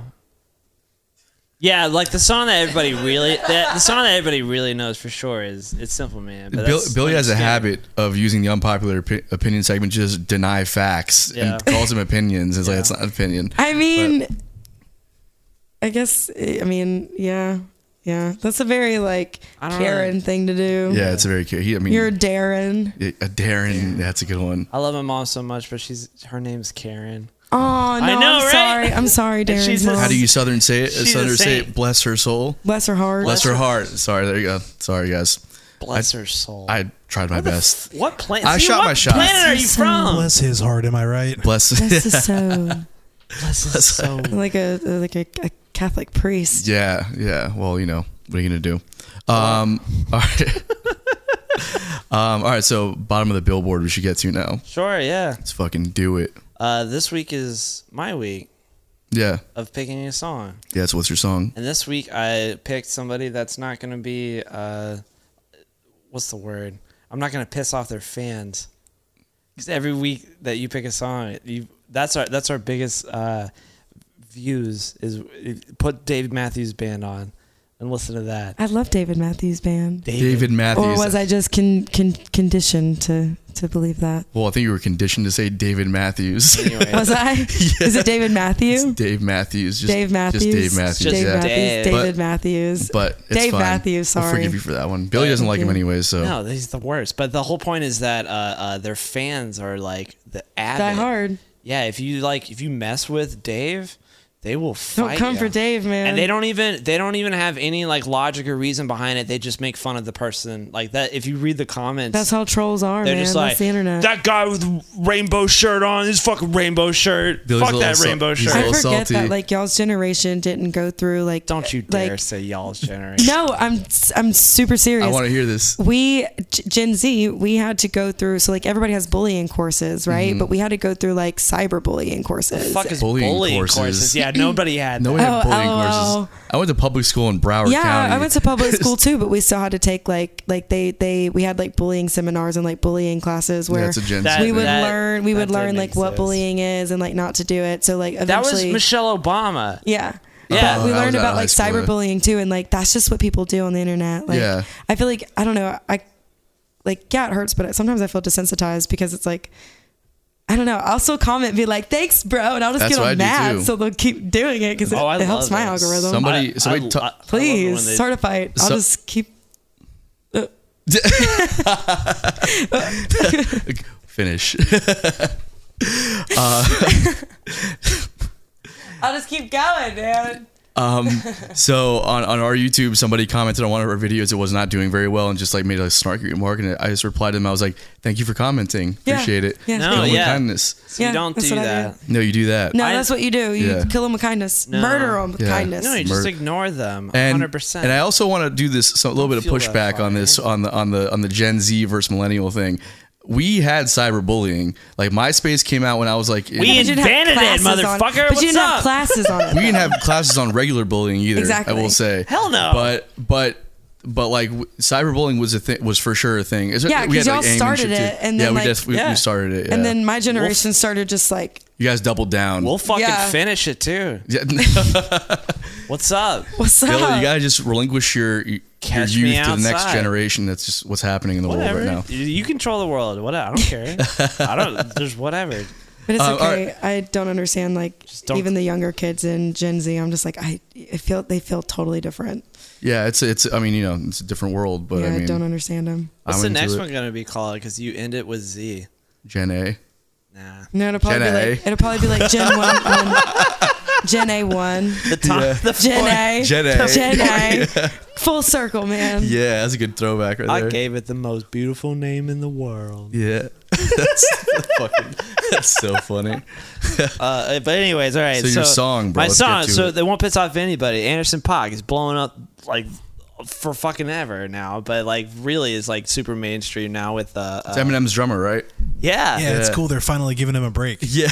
Yeah, like the song that (laughs) everybody really that the song that everybody really knows for sure is it's Simple Man. But
Bill,
that's-
Billy has a
yeah.
habit of using the unpopular opi- opinion segment to just deny facts
Yeah.
and calls them opinions. It's like it's not an opinion.
I mean, I guess. eh, I mean, yeah, yeah. That's a very like
I don't know.
Karen thing to do.
yeah, it's a very cute. He, I mean,
You're Darren.
a Darren. That's a good one.
I love my mom so much, but she's her name's Karen.
Oh no, I
know,
am
right?
(laughs)
sorry. I'm sorry,
And
Darren's
she's a-
mom.
How do you Southern say it?
She's a
Southern say it.
saint.
Bless her soul.
Bless her heart.
Bless her heart. Sorry, there you go. Sorry, guys.
Bless her soul.
I tried my best.
what planet?
I
see,
shot
what
my shot.
planet are you
Bless her
from?
Bless his heart. Am I right?
Bless.
Bless his soul.
Bless her soul.
like a like a, a Catholic
(laughs)
priest.
Yeah, yeah. Well, you know, what are you gonna do? Um, all right. (laughs) um, all right. So, bottom of the billboard, we should get to now.
(laughs) Sure, yeah.
Let's fucking do it.
Uh, this week is my week
Yeah,
of picking a song,
yeah. So, what's your song?
and this week I picked somebody that's not going to be uh, what's the word? I'm not going to piss off their fans. Because every week that you pick a song, you that's our that's our biggest uh, views is put Dave Matthews Band on and listen to that.
I love David Matthews Band.
David Matthews.
Or was I just con, con, conditioned to to believe that?
Well, I think you were conditioned to say David Matthews. (laughs)
Anyway,
Was I? Is it David Matthew?
Dave Matthews. Just,
Dave Matthews.
Just Dave Matthews.
Dave
yeah.
Matthews.
Dave.
David
But-
Matthews.
But it's
Dave
fine.
Matthews,
We'll
sorry.
forgive you for that one. Billy doesn't like him anyway, so
no, he's the worst. But the whole point is that uh, uh, their fans are like the avid.
Die Hard.
Yeah, if you like, if you mess with Dave, they will fight.
Don't come
you.
for Dave, man.
And they don't even they don't even have any like logic or reason behind it. They just make fun of the person like that. If you read the comments,
That's how trolls are,
they're
man.
just like
That's the internet.
that guy with rainbow shirt on. His fucking rainbow shirt.
Billy's a
Fuck
little
that
sal-
rainbow
he's a
shirt.
I
little
forget
salty.
that like y'all's generation didn't go through like.
don't you dare
like-
say y'all's generation.
No, I'm I'm super serious.
I want to hear this.
we G- Gen Z, we had to go through. So like everybody has bullying courses, right?
Mm-hmm.
But we had to go through like cyberbullying courses.
Fuck is bullying,
Bullying
courses.
courses.
(laughs)
Yeah, nobody had. that.
No one had
Oh,
bullying
LOL.
courses. I went to public school in Broward
yeah,
County.
I went to public
(laughs)
school too, but we still had to take like like they they we had like bullying seminars and like bullying classes where
That's a Gen Z
That-
we would
that-
learn we would
that
learn
didn't
like what
exist.
bullying is and like not to do it. So like
That was
eventually,
Michelle Obama.
yeah.
Yeah.
we
Oh, I was
learned
out of
about
high
like
school, yeah.
cyberbullying too, and like that's just what people do on the internet. Like,
Yeah.
I feel like I don't know. I like yeah, it hurts, but sometimes I feel desensitized because it's like I don't know. I'll still comment, and be like, "Thanks, bro," and I'll just
That's
get
what I
all
do,
mad,
too.
so they'll keep doing it because
Oh, I
it, it helps
love
my
it.
algorithm.
Somebody,
I-
somebody,
I-
ta-
I love it when
Please
they-
start a fight. I'll
So-
just keep.
(laughs) finish.
I'll just keep going, man.
Um, so on, on our YouTube, somebody commented on one of our videos. It was not doing very well and just like made a snarky remark. And I just replied to them. I was like, thank you for commenting.
Yeah.
Appreciate it.
Yeah.
No,
Kill 'em with
yeah.
kindness.
So you don't
that's
do
what I
that.
No, you do that.
No,
I-
that's what you do. You
Yeah.
kill them with kindness,
No.
murder them with
Yeah.
kindness.
No, you just
Murder.
ignore them.
and,
100%.
and I also want to do this so, a little bit of
feel that
pushback on
fire.
this on the on the on the Gen Z versus millennial thing. We had cyberbullying. Like MySpace came out when I was like in-
But
We
you didn't have
Invented it,
classes on-
motherfucker.
But you
What's
didn't have
up?
classes on
(laughs)
it.
we didn't have classes on regular bullying either.
Exactly.
I will say.
Hell no.
But but but like w- cyberbullying was a thing was for sure a thing. Is it-
Yeah,
we had,
'cause y'all
aim and
started
shit, too.
it, and
yeah,
then,
we
like-
just we,
Yeah.
we started it. yeah.
And then my generation started just like,
you guys doubled down.
we'll fucking
Yeah.
finish it too.
(laughs) Yeah, no,
What's up?
what's up?
(laughs)
Bill, you gotta just relinquish your your
Catch me
youth to the next
outside.
generation. That's just what's happening in the
Whatever.
world right now.
You- You control the world. Whatever. I don't care. I
(laughs)
don't. There's whatever.
But it's
Uh, all
okay. I don't understand like
don't-
even the younger kids in Gen Z. I'm just like I, I feel they feel totally different.
Yeah, it's it's. I mean, you know, it's a different world, but
yeah,
I
I,
mean,
don't understand them.
I'm
What's the
into
next
it.
one gonna be called? Because you end it with
(laughs)
Z.
Gen A.
Nah.
No, it'll probably
Gen
be
A.
like it'll probably be like Gen one, one Gen A one,
(laughs) The top.
(laughs)
The
Gen A,
Gen A.
Gen
(laughs)
A, full circle, man.
Yeah, that's a good throwback right
I
there.
gave it the most beautiful name in the world.
Yeah, (laughs) that's fucking. That's so funny.
Uh, but anyways, all right.
So your song, bro.
My
Let's
song.
get to
So
it.
they won't piss off anybody. Anderson Paak is blowing up like for fucking ever now, but like really is like super mainstream now with uh, uh
It's Eminem's drummer, right?
yeah.
Yeah, it's
Yeah.
cool. They're finally giving him a break.
Yeah.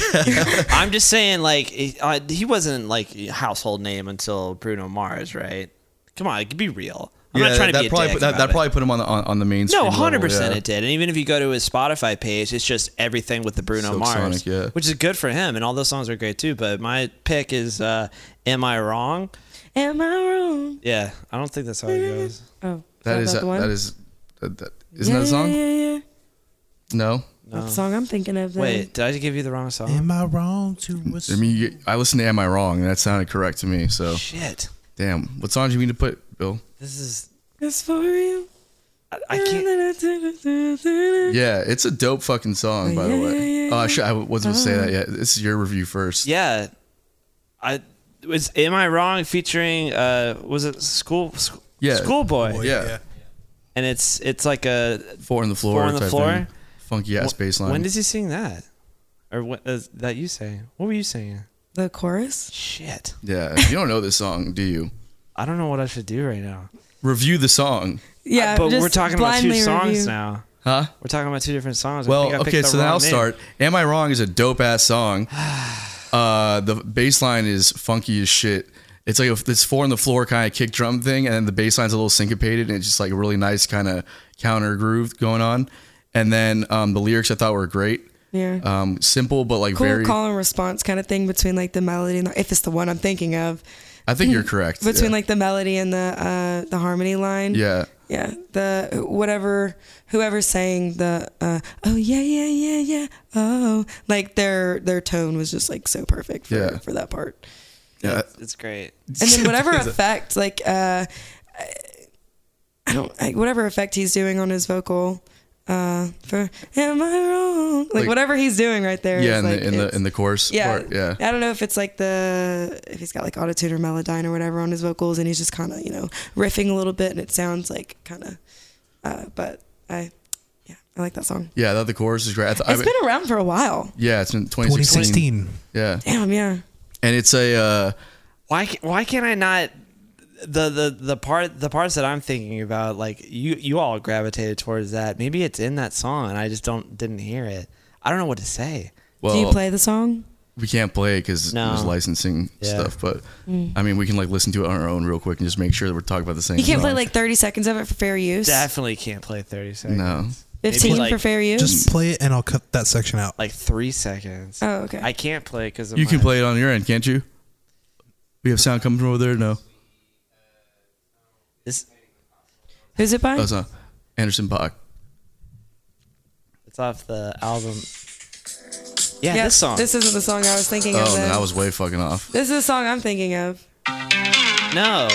I'm just saying like it- uh, he wasn't like a household name until Bruno Mars, right? Come on, be real. I'm not trying to
that
be a
probably
dick
put, that,
about
that
it.
probably put him on the on, on the mainstream.
No, hundred
level,
percent
yeah.
it did. And even if you go to his Spotify page, it's just everything with the Bruno
Silk
Mars,
Sonic, yeah.
which is good for him. And all those songs are great too. But my pick is uh, "Am I Wrong?"
Am I wrong?
Yeah, I don't think that's how it goes.
Oh,
That is
that, about the
that
one?
is that, that, isn't
yeah,
that a song?
Yeah, yeah, yeah.
No.
That's the song I'm thinking of. Then.
Wait, did I give you the wrong song?
Am I wrong to
I mean, you, I listened to "Am I Wrong?" and that sounded correct to me. So,
Shit,
damn, what song do you mean to put, Bill?
this is
it's for you.
I, I can't.
Yeah, it's a dope fucking song, by the
Yeah,
way.
yeah, yeah,
Oh, I, should, I wasn't gonna say that yet. This is your review first.
Yeah, I was. Am I wrong? Featuring uh, was it school? School,
Yeah.
Oh,
Schoolboy,
Yeah.
and it's it's like a
Four on the floor.
Four on the
type
floor?
thing. Funky ass bass line.
When does he sing that? Or what uh, that you say? What were you saying?
The chorus.
Shit,
yeah, you don't know this song, do you?
I don't know what I should do right now.
Review the song,
Yeah,
but
just
we're talking about two
blindly
songs
review.
now.
huh?
We're talking about two different songs. I think I
Well,
picked
okay,
the
so then
wrong
I'll
name.
start. Am I wrong? Is a dope
(sighs)
ass song. Uh, the bass line is funky as shit. It's like a, this four on the floor kind of kick drum thing, and then the bass line's a little syncopated, and it's just like a really nice kind of counter groove going on. And then um, the lyrics I thought were great.
Yeah.
Um, simple but like
cool
very.
call and response kind of thing between like the melody and the, if it's the one I'm thinking of
I think
(laughs)
you're correct.
between
yeah.
like the melody and the uh, the harmony line.
yeah,
Yeah, the whatever whoever's saying the uh, oh yeah yeah yeah yeah oh like their their tone was just like so perfect for,
Yeah.
for
(laughs)
that part.
yeah.
It's great.
And then whatever effect like uh, I- I don't like whatever effect he's doing on his vocal uh, for am I wrong like,
Like-
whatever he's doing right there
Yeah,
is,
in the
like,
in
it's-
the in the chorus
yeah.
part. Yeah.
I don't know if it's like the if he's got like autotune or melodyne or whatever on his vocals and he's just kind of you know riffing a little bit and it sounds like kind of. Uh, but I, yeah, I like that song.
Yeah, I thought the chorus is great. I th- I
It's
mean-
been around for a while.
yeah, it's been 2016.
2016.
Yeah,
Damn, yeah.
and it's a uh,
Why ca- why can't I not the, the the part the parts that I'm thinking about like you you all gravitated towards that. Maybe it's in that song and I just don't didn't hear it. I don't know what to say.
well,
Do you play the song?
we can't play because
No.
there's licensing
Yeah.
stuff. But I mean, we can like listen to it on our own real quick and just make sure that we're talking about the same.
Mm. You can't play
song.
like 30 seconds of it for fair use.
Definitely can't play 30 seconds.
no.
maybe
15
like-
for fair use.
Just play it and I'll cut that section out.
Like 3 seconds.
oh, okay.
I can't play cuz
You can play it on your end, can't you? We have sound coming from over there. No,
It's,
Who's it by?
that's Oh, not Anderson Paak.
it's off the album. Yeah,
Yeah,
this song.
This isn't the song I was thinking of.
Oh,
then.
then I was way fucking off.
this is the song I'm thinking of.
No.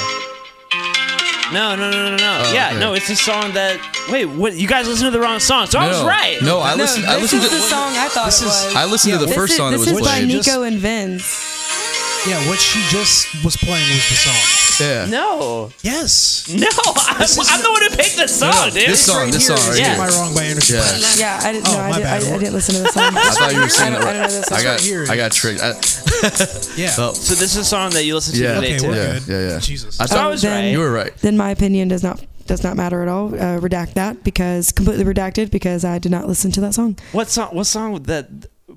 No, no, no, no, no. no. yeah,
Oh, okay.
no, it's a song that. Wait, what? You guys listened to the wrong song, so I was
no,
right.
No, I
no,
listened.
this
I listened
is
to.
the song I thought it was.
I listened to the
This
first
is-
song that
this
was
is by
played.
Nico and Vince.
Yeah, what she just was playing was the song.
Yeah.
No, (laughs)
Yes.
no, I'm, I'm the one who picked the song, dude.
This song, this song, right
Yeah.
Am I
here.
wrong by Anderson?
Yeah.
Paak.
Yeah, I didn't.
Oh,
no, I,
my
did, I,
bad.
I didn't listen to the song.
(laughs) I thought you were saying
I
it
don't- I don't know
right.
this
I
song.
got,
here.
I got tricked. I,
Yeah.
oh,
So this is a song that you listen to
Yeah.
today
okay,
too.
we're
Yeah,
good.
yeah, yeah.
Jesus.
I
So I
thought
was
then-
right.
you were right.
Then my opinion does not does not matter at all. Uh, redact that because completely redacted because I did not listen to that song.
What song? What song that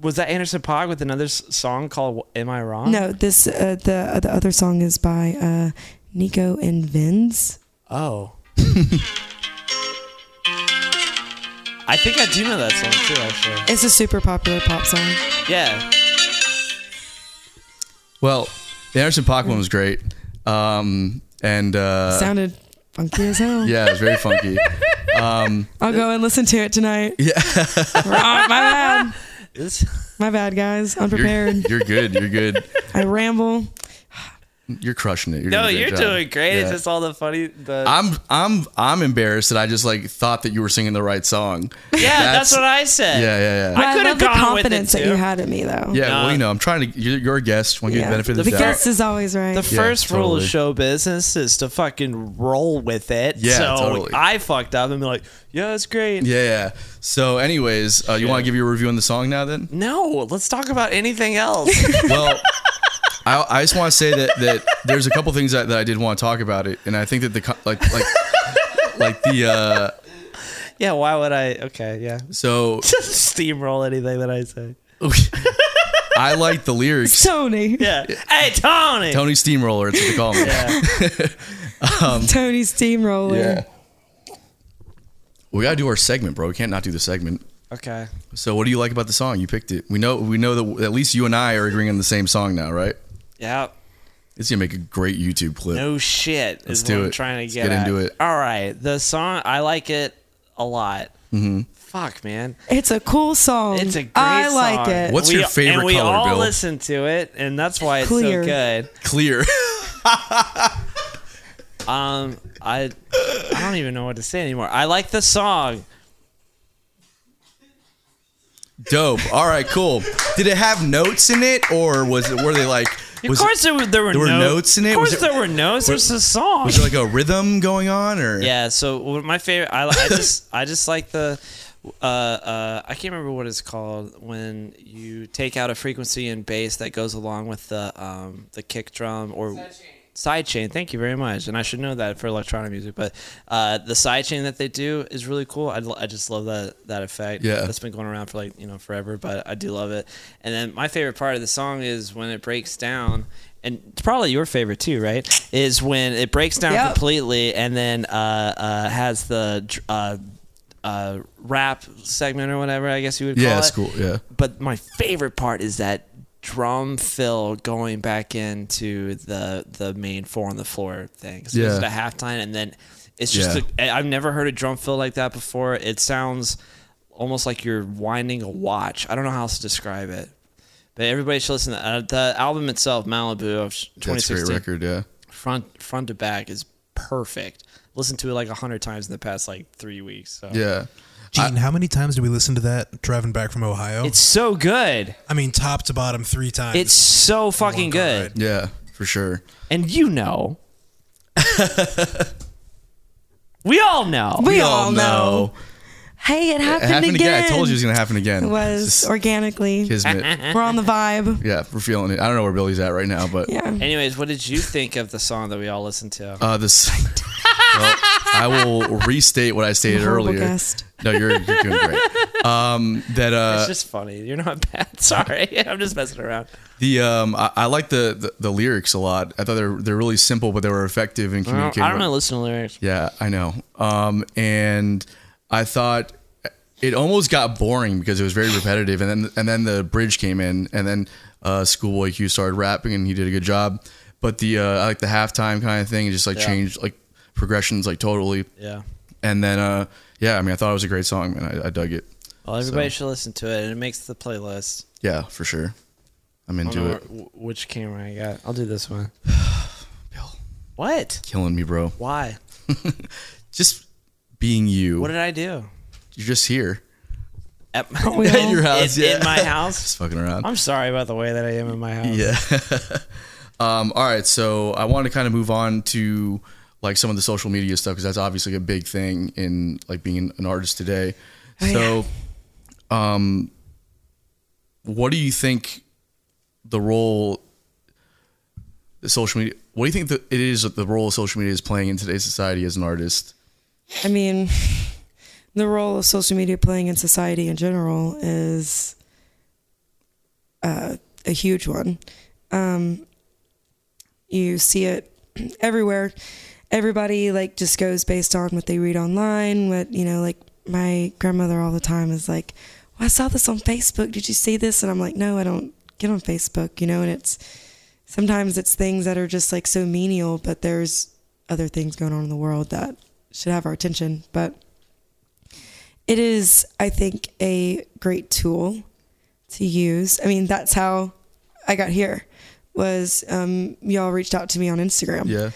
was that Anderson Pog with another s- song called "Am I Wrong"?
No, this uh, the uh, the other song is by uh, Nico and Vince.
Oh. (laughs) I think I do know that song too, actually.
It's a super popular pop song.
Yeah.
Well, the Anderson Paak one was great. Um, and uh,
Sounded funky as hell.
yeah, it was very funky.
I'll go and listen to it tonight. (laughs) Yeah. my bad.
This-
My bad,
(laughs)
guys.
You're,
Unprepared.
you're good. You're good.
I ramble.
You're crushing it. You're
no,
doing a
you're
great job.
doing great. It's
Yeah.
just all the funny. The,
I'm I'm I'm embarrassed that I just like thought that you were singing the right song.
yeah, that's, what I said.
Yeah, yeah, yeah.
I
I,
could have
love the
gone with it
confidence
too.
that you had at me, though.
Yeah,
Nah.
well, you know, I'm trying to. You're, you're a guest. Want to give you the benefit of the
the
doubt.
guest is always right.
The first rule
totally.
of show business is to fucking roll with it.
Yeah,
so
totally.
I fucked up and be like, yeah, it's great.
Yeah, yeah. So, anyways, uh, you want to give your review on the song now? Then,
No, let's talk about anything else.
well, I, I just want to say that that there's a couple things that, that I did want to talk about it, and I think that the co- like like like the uh,
yeah, why would I? Okay, yeah. (laughs)
so (laughs)
Just steamroll anything that I say.
I like the lyrics.
Tony.
Yeah. Hey, Tony.
Tony Steamroller, it's what they call me.
Yeah.
Tony Steamroller.
We gotta do our segment, bro. We can't not do the segment.
Okay.
So, what do you like about the song? You picked it. We know. We know that at least you and I are agreeing on the same song now, right?
Yeah.
It's gonna make a great YouTube clip.
No shit. Let's is
do
what I'm
it.
trying to
Let's
get,
get into
at.
it.
All right. The song I like it a lot. Mm-hmm. Fuck man,
It's a cool song.
it's a great
Um, I
song.
like it.
What's your favorite
And we
color,
all
Bill?
listen to it, and that's why it's
Clear.
so good.
Clear. (laughs)
Um, I I don't even know what to say anymore. I like the song.
Dope. All right, cool. Did it have notes in it, or was it? Were they like?
Of
Was
course,
it,
there were there were,
there were
no-
notes in it?
Of
Was
course,
it-
there were notes. It's a song.
was there like a rhythm going on, or
Yeah. So what my favorite, I, I just, I just like the, uh, uh, I can't remember what it's called when you take out a frequency and bass that goes along with the, um, the kick drum or side chain. Thank you very much. And I should know that for electronic music, but uh, the side chain that they do is really cool. I, lo- I just love that that effect.
Yeah.
That's been going around for like you know forever, but I do love it. And then my favorite part of the song is when it breaks down. And it's probably your favorite too, right? Is when it breaks down
Yep.
completely completely, and then uh, uh, has the dr- uh, uh, rap segment or whatever I guess you would call
Yeah,
it.
it's cool. Yeah.
But my favorite part is that drum fill going back into the the main four on the floor thing. So
Yeah.
it's a halftime, and then it's just
Yeah.
a, I've never heard a drum fill like that before. It sounds almost like you're winding a watch. I don't know how else to describe it. But everybody should listen to uh, the album itself, Malibu of
That's a
2016
great record. Yeah.
front front to back is perfect. Listened to it like a hundred times in the past like three weeks. So.
Yeah.
Gene, how many times did we listen to that driving back from Ohio?
It's so good.
I mean, top to bottom, three times.
It's so fucking
One
good.
ride.
Yeah. For sure.
And you know. we all know.
we, all know. Hey, it
It
happened,
happened Oh, again.
again.
I told you it was gonna happen again.
It was
Just
organically.
Uh-uh.
kismet.
We're on the vibe.
yeah, we're feeling it. I don't know where Billy's at right now, but
Yeah.
Anyways, what did you think of the song that we all listened to?
Uh, this. well, I will restate what I stated
Horrible
earlier.
guest.
No, you're, you're doing great. Um, that uh,
it's just funny. You're not (laughs) bad. Sorry. I'm just messing around.
the um, I, I like the, the the lyrics a lot. I thought they're they're really simple, but they were effective in
I don't,
communicating.
I don't
what-
know listen to lyrics.
Yeah, I know. Um, and I thought it almost got boring because it was very repetitive, and then and then the bridge came in, and then uh, Schoolboy Q started rapping, and he did a good job. But the uh, I like the halftime kind of thing, it just like
Yeah.
changed like progressions like totally.
Yeah.
And then uh, yeah, I mean, I thought it was a great song, man. I, I dug it.
Well, everybody should listen to it, and it makes the playlist.
Yeah, for sure. I'm
I don't
into
know
it.
wh- which camera I got. I'll do this one. What?
Killing me, bro.
Why?
Just being you.
What did I do?
You're just here.
At my
(laughs) we all?
Your house,
in, in
yeah.
my
Just
house.
fucking around.
I'm sorry about the way that I am in my house.
Yeah. (laughs) Um, all right, so I want to kind of move on to like some of the social media stuff because that's obviously a big thing in like being an artist today.
Oh,
so, um, what do you think the role the social media? What do you think that it is that the role of social media is playing in today's society as an artist?
I mean, the role of social media playing in society in general is uh, a huge one. Um, you see it (clears throat) everywhere. Everybody like just goes based on what they read online. What you know, like my grandmother all the time is like, well, "I saw this on Facebook. Did you see this?" And I'm like, "No, I don't get on Facebook." You know, and it's sometimes it's things that are just like so menial, but there's other things going on in the world that should have our attention. But it is, I think, a great tool to use. I mean, that's how I got here. Was um, y'all reached out to me on Instagram?
Yeah,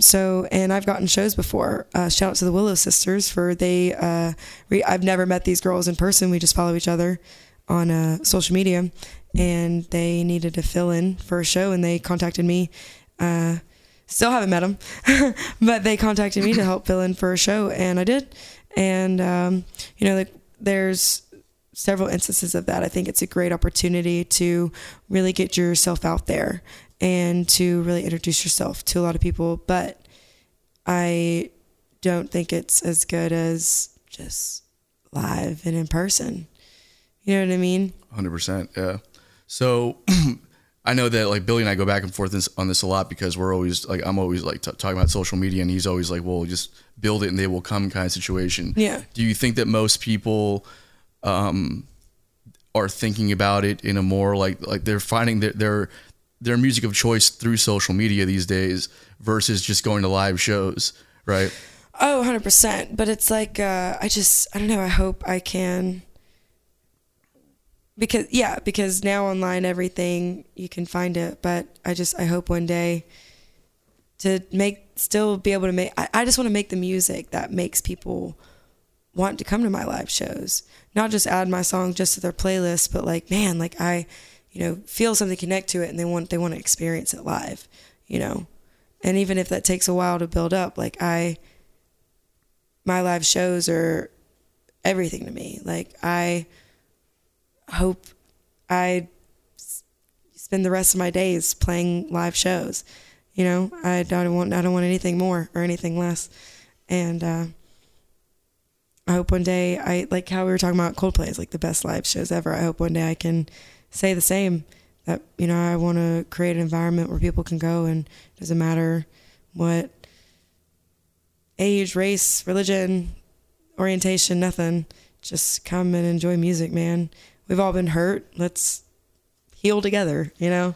so and I've gotten shows before. Uh, shout out to the Willow Sisters for they. Uh, re- I've never met these girls in person. We just follow each other on uh, social media, and they needed to fill in for a show, and they contacted me. Uh, still haven't met them, (laughs) but they contacted me to help fill in for a show, and I did. And um, you know, like there's several instances of that. I think it's a great opportunity to really get yourself out there and to really introduce yourself to a lot of people. But I don't think it's as good as just live and in person. You know what I mean?
hundred percent. Yeah. So (clears throat) I know that like Billy and I go back and forth this, on this a lot because we're always like I'm always like t- talking about social media and he's always like, well, just build it and they will come kind of situation.
Yeah.
Do you think that most people um, are thinking about it in a more like like they're finding their their their music of choice through social media these days versus just going to live shows, right?
Oh, 100%. But it's like, uh, I just, I don't know. I hope I can. Because, yeah, because now online, everything, you can find it. But I just, I hope one day to make, still be able to make, I, I just want to make the music that makes people want to come to my live shows. Not just add my song just to their playlist, but like, man, like I, you know, feel something connect to it and they want, they want to experience it live, you know? And even if that takes a while to build up, like I, my live shows are everything to me. Like I hope I s- spend the rest of my days playing live shows. You know, I don't want I don't want anything more or anything less. And uh, I hope one day I like how we were talking about Coldplay is like the best live shows ever. I hope one day I can say the same. That you know, I want to create an environment where people can go and it doesn't matter what age, race, religion, orientation, nothing. Just come and enjoy music, man. We've all been hurt. Let's heal together, you know?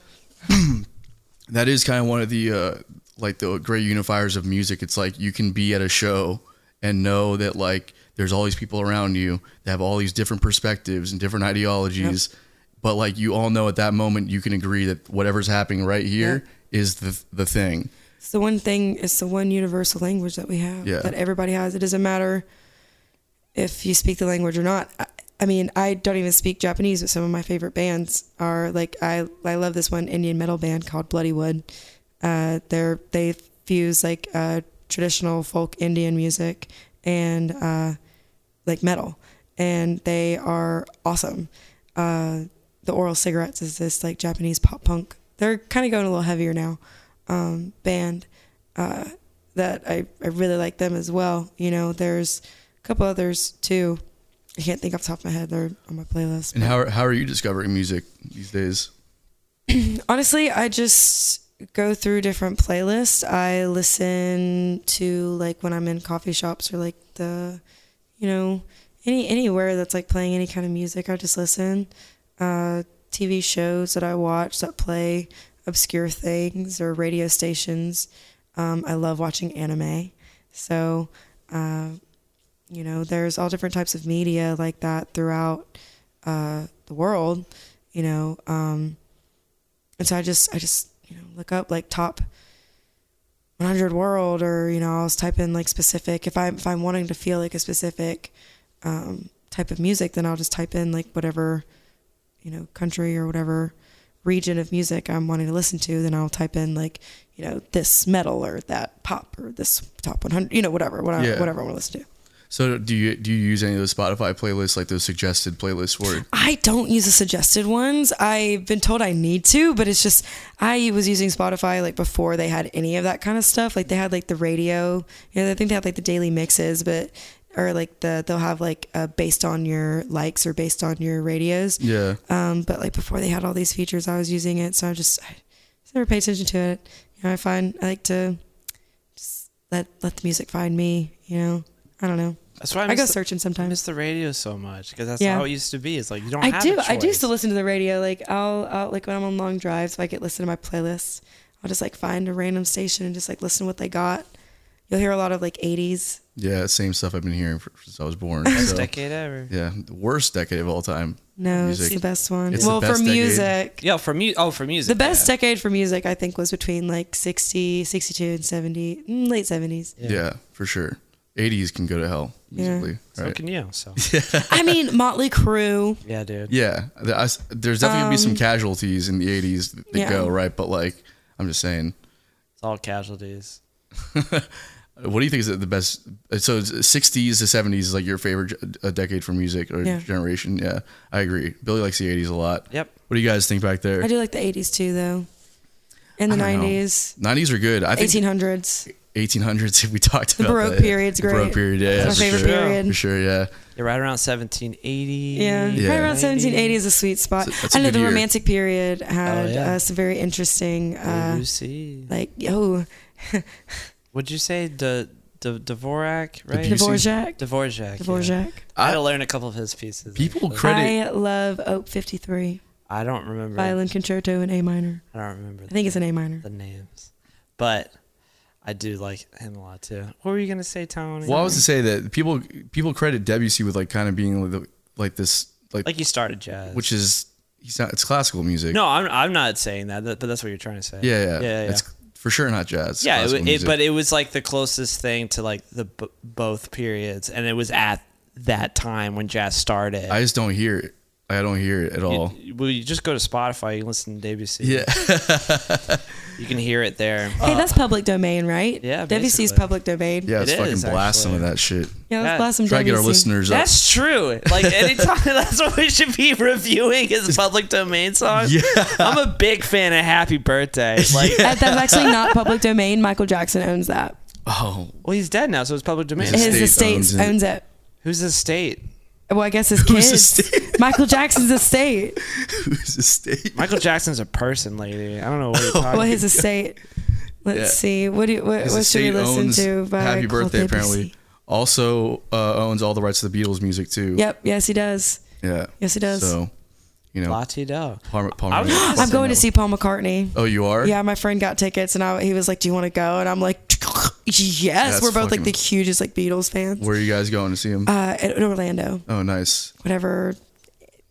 that is kind of one of the uh, like the great unifiers of music. It's like you can be at a show and know that like there's all these people around you that have all these different perspectives and different ideologies, but like you all know at that moment you can agree that whatever's happening right here is the the thing.
It's the one thing, it's the one universal language that we have
Yeah.
that everybody has. It doesn't matter if you speak the language or not. I, I mean, I don't even speak Japanese, but some of my favorite bands are like I I love this one Indian metal band called Bloody Wood. Uh, they're they fuse like uh, traditional folk Indian music and uh, like metal, and they are awesome. Uh, the Oral Cigarettes is this like Japanese pop punk. They're kind of going a little heavier now. Um, band uh, that I, I really like them as well. You know, there's a couple others too. I can't think off the top of my head. They're on my playlist.
And how are, how are you discovering music these days?
honestly, I just go through different playlists. I listen to like when I'm in coffee shops or like the, you know, any anywhere that's like playing any kind of music. I just listen. Uh, TV shows that I watch that play obscure things or radio stations. Um, I love watching anime, so uh, you know there's all different types of media like that throughout uh, the world. You know, um, and so I just I just you know look up like top 100 world or you know I'll just type in like specific if I if I'm wanting to feel like a specific um, type of music then I'll just type in like whatever you know country or whatever region of music I'm wanting to listen to, then I'll type in like, you know, this metal or that pop or this top 100, you know, whatever, what I,
Yeah.
whatever I want to listen to.
So do you do you use any of those Spotify playlists like those suggested playlists for it?
I don't use the suggested ones. I've been told I need to, but it's just I was using Spotify like before they had any of that kind of stuff. Like they had like the radio, you know, I think they had like the daily mixes, but or like the they'll have like uh, based on your likes or based on your radios.
Yeah.
Um, but like before they had all these features, I was using it, so I just I just never pay attention to it. You know, I find I like to just let let the music find me. You know, I don't know.
That's why I,
I, go
miss the-
searching
I
sometimes.
miss the radio so much because that's
Yeah.
how it used to be. It's like you don't.
I
have
do.
A
I do
choice.
still listen to the radio. Like I'll, I'll like when I'm on long drives, if I get listen to my playlist, I'll just like find a random station and just like listen to what they got. You'll hear a lot of like 80s.
Yeah, same stuff I've been hearing for, since I was born. so-
Best decade ever.
yeah, the worst decade of all time.
No, it's
Music.
the best one.
It's the
well,
best
for
decade.
music,
Yeah, for me. Oh, for music.
the best
yeah.
decade for music I think was between like 60, 62 and 70, mm, late 70s.
Yeah. for sure. 80s can go to hell
Yeah.
musically.
So
right?
can you?
(laughs)
So (laughs)
I mean, Motley Crue.
yeah, dude.
yeah, the- I s- there's definitely gonna be some casualties in the 80s that
Um, yeah.
go right, but like I'm just saying,
It's all casualties.
what do you think is the best? So it's 60s to 70s is like your favorite ge- uh, decade for music or
Yeah.
generation. Yeah, I agree. Billy likes the 80s a lot.
Yep.
What do you guys think back there?
I do like the 80s too though. And the
I don't know.
90s,
90s are good. I think
1800s.
(laughs) 1800s. We talked
The
about
Baroque
that.
period's
The Baroque
great.
period, yeah, yeah,
That's
for
my favorite
sure.
period.
For sure, yeah.
You're right around 1780.
Yeah,
Yeah.
right around
90.
1780 is a sweet spot.
That's a- that's a
I know
good
the
year.
Romantic period had
Oh, yeah.
uh, some very interesting, uh,
Debussy.
like oh,
Would you say the the Dvorak? Right.
Debussy.
Dvorak,
Dvorak. Yeah.
Dvorak.
I had to learn a couple of his pieces.
People credit.
I love Op. 53
I don't remember.
Violin Concerto in A minor.
I don't remember.
I think it's in A minor.
the names, but I do like him a lot too. What were you gonna say, Tony?
well, I was to say that people people credit Debussy with like kind of being like, the, like this, like,
like you started jazz,
which is he's not. It's classical music.
no, I'm I'm not saying that, that- but that's what you're trying to say.
Yeah,
yeah,
yeah,
yeah.
It's for sure not jazz. It's
yeah it,
classical
wa- it,
music.
but it was like the closest thing to like the b- both periods, and it was at that time when jazz started.
I just don't hear it. I don't hear it at all.
you, well, you just go to Spotify, you listen to Debussy.
Yeah. (laughs)
you can hear it there.
hey, that's public domain, right?
Yeah,
Debussy's
basically.
public domain.
yeah, let's
It
fucking
is,
blast some of
actually.
that shit.
yeah. Let's
Yeah.
blast some
Try to get our
Debussy.
listeners up.
That's true. Like anytime, (laughs) that's what we should be reviewing is public domain songs.
Yeah.
I'm a big fan of Happy Birthday. Like,
That- that's actually not public domain. Michael Jackson owns that.
Oh,
well, he's dead now, so it's public domain.
The
His
state
estate
owns
owns,
it.
it.
Who's the state?
Well, I guess his
(laughs) Whose
kids.
estate?
Michael Jackson's estate.
who's
(laughs)
estate?
Michael Jackson's a person, lady. I don't know what you're talking.
Well, his estate. Let's
Yeah.
see. What do you, what,
His
what should we
estate
listen
owns
to? By
Happy
Cold
Birthday,
Debussy?
apparently. Also uh, owns all the rights to the Beatles music too.
Yep. Yes, he does.
Yeah.
Yes, he does.
So, you know,
Latido.
Palmer,
I was gonna
I'm going to see Paul McCartney.
Oh, you are?
Yeah, my friend got tickets, and I, he was like, "Do you want to go?" And I'm like, "Yes."
That's
We're both
fucking-
like the hugest like Beatles fans.
Where are you guys going to see him?
uh, in Orlando,
oh, nice.
whatever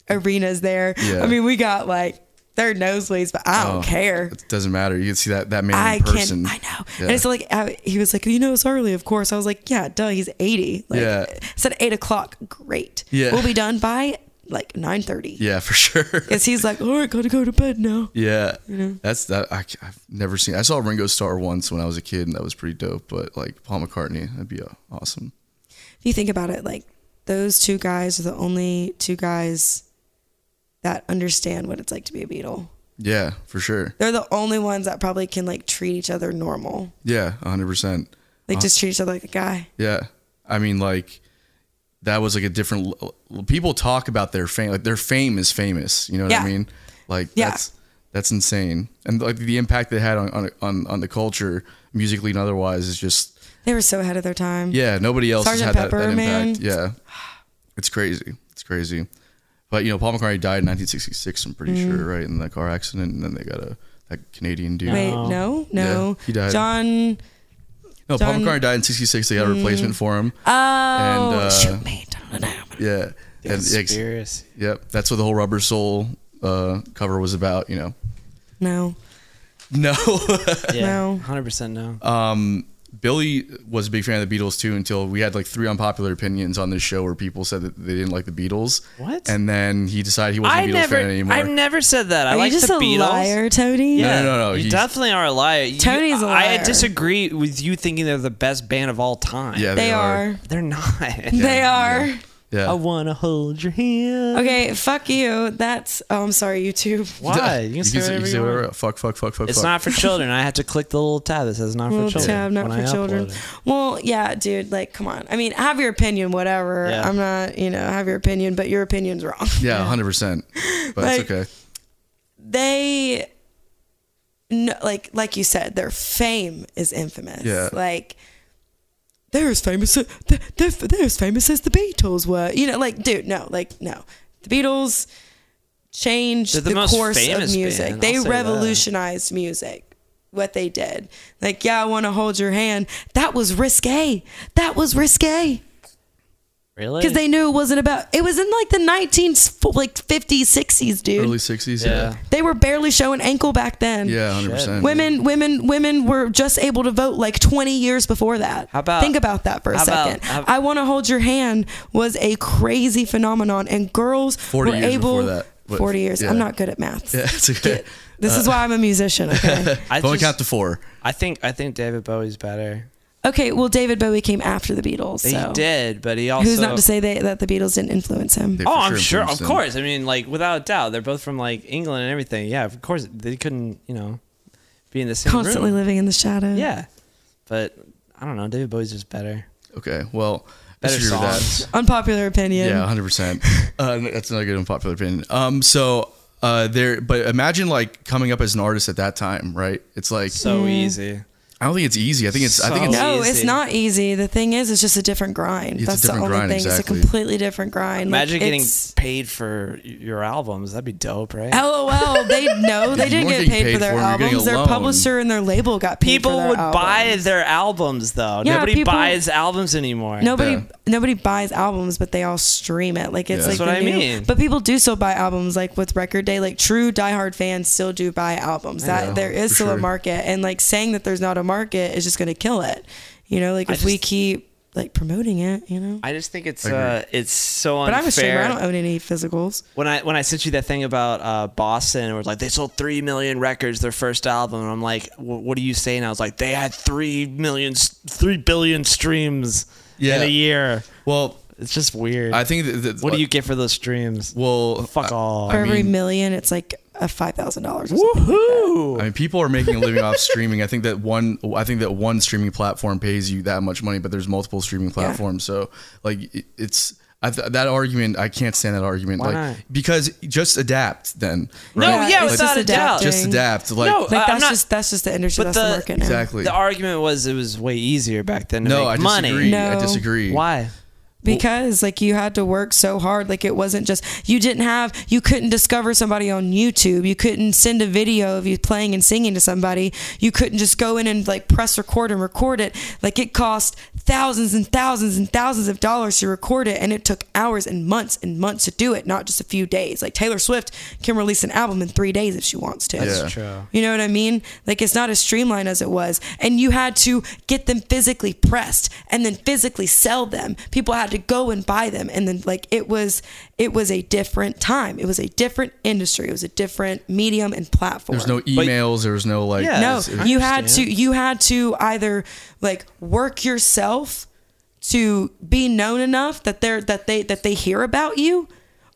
arena's there.
Yeah.
I mean, we got like third nosebleeds, but I don't
Oh,
care.
It doesn't matter. You can see that that man
I
in person.
can. I know.
Yeah.
And it's like I, he was like, you know, it's early, of course. I was like, yeah, duh. He's eighty. Like,
Yeah.
It's at eight o'clock. Great.
Yeah.
We'll be done by like nine thirty.
yeah, for (laughs) sure.
Cause he's like, all right, gotta go to bed now.
yeah, that's that. I, have never seen. I saw Ringo Starr once when I was a kid, and that was pretty dope. But like Paul McCartney, that'd be uh, awesome.
If you think about it, like those two guys are the only two guys that understand what it's like to be a beetle.
Yeah, for sure.
They're the only ones that probably can like treat each other normal.
Yeah, hundred percent.
Like just treat each other like a guy.
Yeah. I mean, like, that was like a different. l- l- People talk about their fame. Like, their fame is famous. You know what I
Yeah.
mean? Like,
Yeah.
that's that's insane. And like the impact they had on, on on on the culture, musically and otherwise, is just
They were so ahead of their time.
yeah. Nobody else has had
Sgt.
that, that
Pepper,
impact.
man.
Yeah, it's crazy. It's crazy. But you know, Paul McCartney died in 1966. I'm pretty sure, right, in that car accident. And then they got a that Canadian dude.
Mm. Wait, no, no.
Yeah, he died.
John.
no, Paul
John-
McCartney died in 66. They got a replacement for him.
Oh,
uh,
(laughs) shoot me. Don't know.
Yeah. And ex-
Conspiracy.
Yep, that's what the whole Rubber Soul uh, cover was about. You know,
No.
no.
Yeah.
No.
Hundred percent no.
um, Billy was a big fan of the Beatles too until we had like three unpopular opinions on this show where people said that they didn't like the Beatles.
What?
And then he decided he wasn't a
I
Beatles
never,
fan anymore.
I've never said that. I
Are
like
you just
the
a
Beatles.
liar, Toady?
Yeah,
no, no, no,
You
he's-
definitely are a liar. You-
Tony's a
I
liar.
disagree with you thinking they're the best band of all time.
yeah,
They are. Oh,
they're not. (laughs)
They are.
Yeah.
I wanna hold your hand.
Okay, fuck you. That's. Oh, I'm sorry, YouTube.
Why? You can say
you
whatever
can
you want.
Fuck, fuck, fuck, fuck.
It's
fuck.
not for children. I have to click the little tab that says not for
Well,
children.
tab, not
when
for
I upload
children.
it.
Well, yeah, dude. Like, come on. I mean, have your opinion, whatever.
Yeah.
I'm not, you know, have your opinion, but your opinion's wrong.
Yeah, hundred percent. But
(laughs) Like-
it's okay.
They, no, like, like you said, their fame is infamous.
Yeah.
Like, they're as famous. They're, they're, they're as famous as the Beatles were. You know, like, dude, no, like, no. The Beatles changed
They're the
the,
most
course
famous
of music.
band, I'll
they
say that.
revolutionized music. What they did, like, yeah, I want to hold your hand. That was risque. That was risque
Really?
because they knew it wasn't about. It was in like the 19s, like 50s, 60s, dude.
Early sixties.
Yeah.
Yeah.
They were barely showing ankle back then.
Yeah, hundred percent.
Women, women, women were just able to vote like 20 years before that.
How about-
think about that for a
how about-
second?
how-
I want to hold your hand was a crazy phenomenon, and girls
40
were
years
able.
before that. What-
40 years.
yeah.
I'm not good at maths.
(laughs)
(laughs)
Yeah, Uh, it's okay.
This is why I'm
(laughs)
a musician. Okay.
I,
I've only
just,
count to four.
I think I think David Bowie's better.
okay. Well, David Bowie came after the Beatles. So.
He did, but he also
Who's not to say they, that the Beatles didn't influence him?
They
Oh,
for
I'm sure, of
influenced him.
course. I mean, like without a doubt, they're both from like England and everything. Yeah, of course they couldn't, you know, be in the same
Constantly
room.
living in the shadows.
Yeah, but I don't know. David Bowie's just better.
Okay. Well, I
Better
disagree with that.
songs.
Unpopular opinion.
Yeah, hundred percent. Uh, that's another good unpopular opinion. Um, so uh, there, but imagine like coming up as an artist at that time, right? It's like
So easy.
I don't think it's easy. I think it's I think
So-
it's
No,
easy.
it's not easy. The thing is, it's just a different
Oh,
grind.
It's a
That's
different
the only
grind,
thing. It's a
exactly.
completely different grind. Like,
Imagine getting
it's-
paid for y- your albums. That'd be dope, right?
LOL.
(laughs)
They know they
You weren't
didn't get
getting
paid,
paid
for their
for 'em, you're getting
albums.
a
Their
loan.
publisher and their label got paid. for
people
their
would buy
albums.
their albums though.
Yeah,
Nobody
people-
buys albums anymore.
Nobody,
Yeah.
nobody buys albums, but they all stream it. Like it's
Yeah.
like
That's
what
the
I
new-
mean.
But people do still buy albums. Like with Record Day, like true diehard fans still do buy albums. That
know,
there is
for
still
sure.
a market, and like saying that there's not a market is just going to kill it. You know, like
I
if we
just-
keep like promoting it, you know.
I just think it's
Agreed.
uh, it's so
But
unfair.
I'm a streamer. I don't own any physicals.
when I when I sent you that thing about uh, Boston, it was like they sold three million records their first album, and I'm like, "Wh- what do you say? And I was like, they had three million, s- three billion streams in
Yeah.
a year.
well.
It's just weird.
I think that, that
what do you get for those streams?
well
Fuck
I,
all.
For every
mean-
million, it's like a five thousand dollars.
Woohoo!
I mean, people are making a living off streaming. I think that one, I think that one streaming platform pays you that much money, but there's multiple streaming platforms. So, like, it, it's I th- that argument. I can't stand that argument.
Why
like,
not?
because just adapt then.
No,
right?
yeah,
it's
without
just
a doubt.
adapting.
just adapt. Like,
No,
Like
I'm
that's
not-
just that's just the industry.
but
That's the,
the-
market now.
exactly.
the argument was it was way easier back then to
no,
make
I
money.
disagree. I
No.
disagree.
Why?
Because like you had to work so hard. Like it wasn't just you didn't have you couldn't discover somebody on YouTube. You couldn't send a video of you playing and singing to somebody. You couldn't just go in and like press record and record it. Like it cost thousands and thousands and thousands of dollars to record it and it took hours and months and months to do it, not just a few days. Like Taylor Swift can release an album in three days if she wants to.
That's Yeah.
true.
You know what I mean? Like it's not as streamlined as it was. And you had to get them physically pressed and then physically sell them. People had to go and buy them. And then like it was it was a different time. It was a different industry. It was a different medium and platform.
There's no emails. There's no like.
Yeah.
No,
Yes, I
you had to
understand.
you had to either like work yourself to be known enough that they're that they that they hear about you,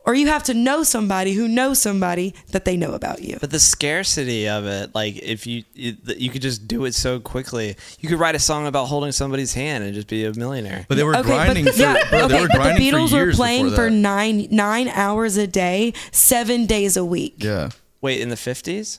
or you have to know somebody who knows somebody that they know about you.
But the scarcity of it, like if you you you could just do it so quickly, you could write a song about holding somebody's hand and just be a millionaire.
But they were grinding for. bro, they were
but the
grinding for
Beatles
years
were playing
before
for
that.
nine nine hours a day, seven days a week. Yeah,
Yeah.
Wait, in the fifties?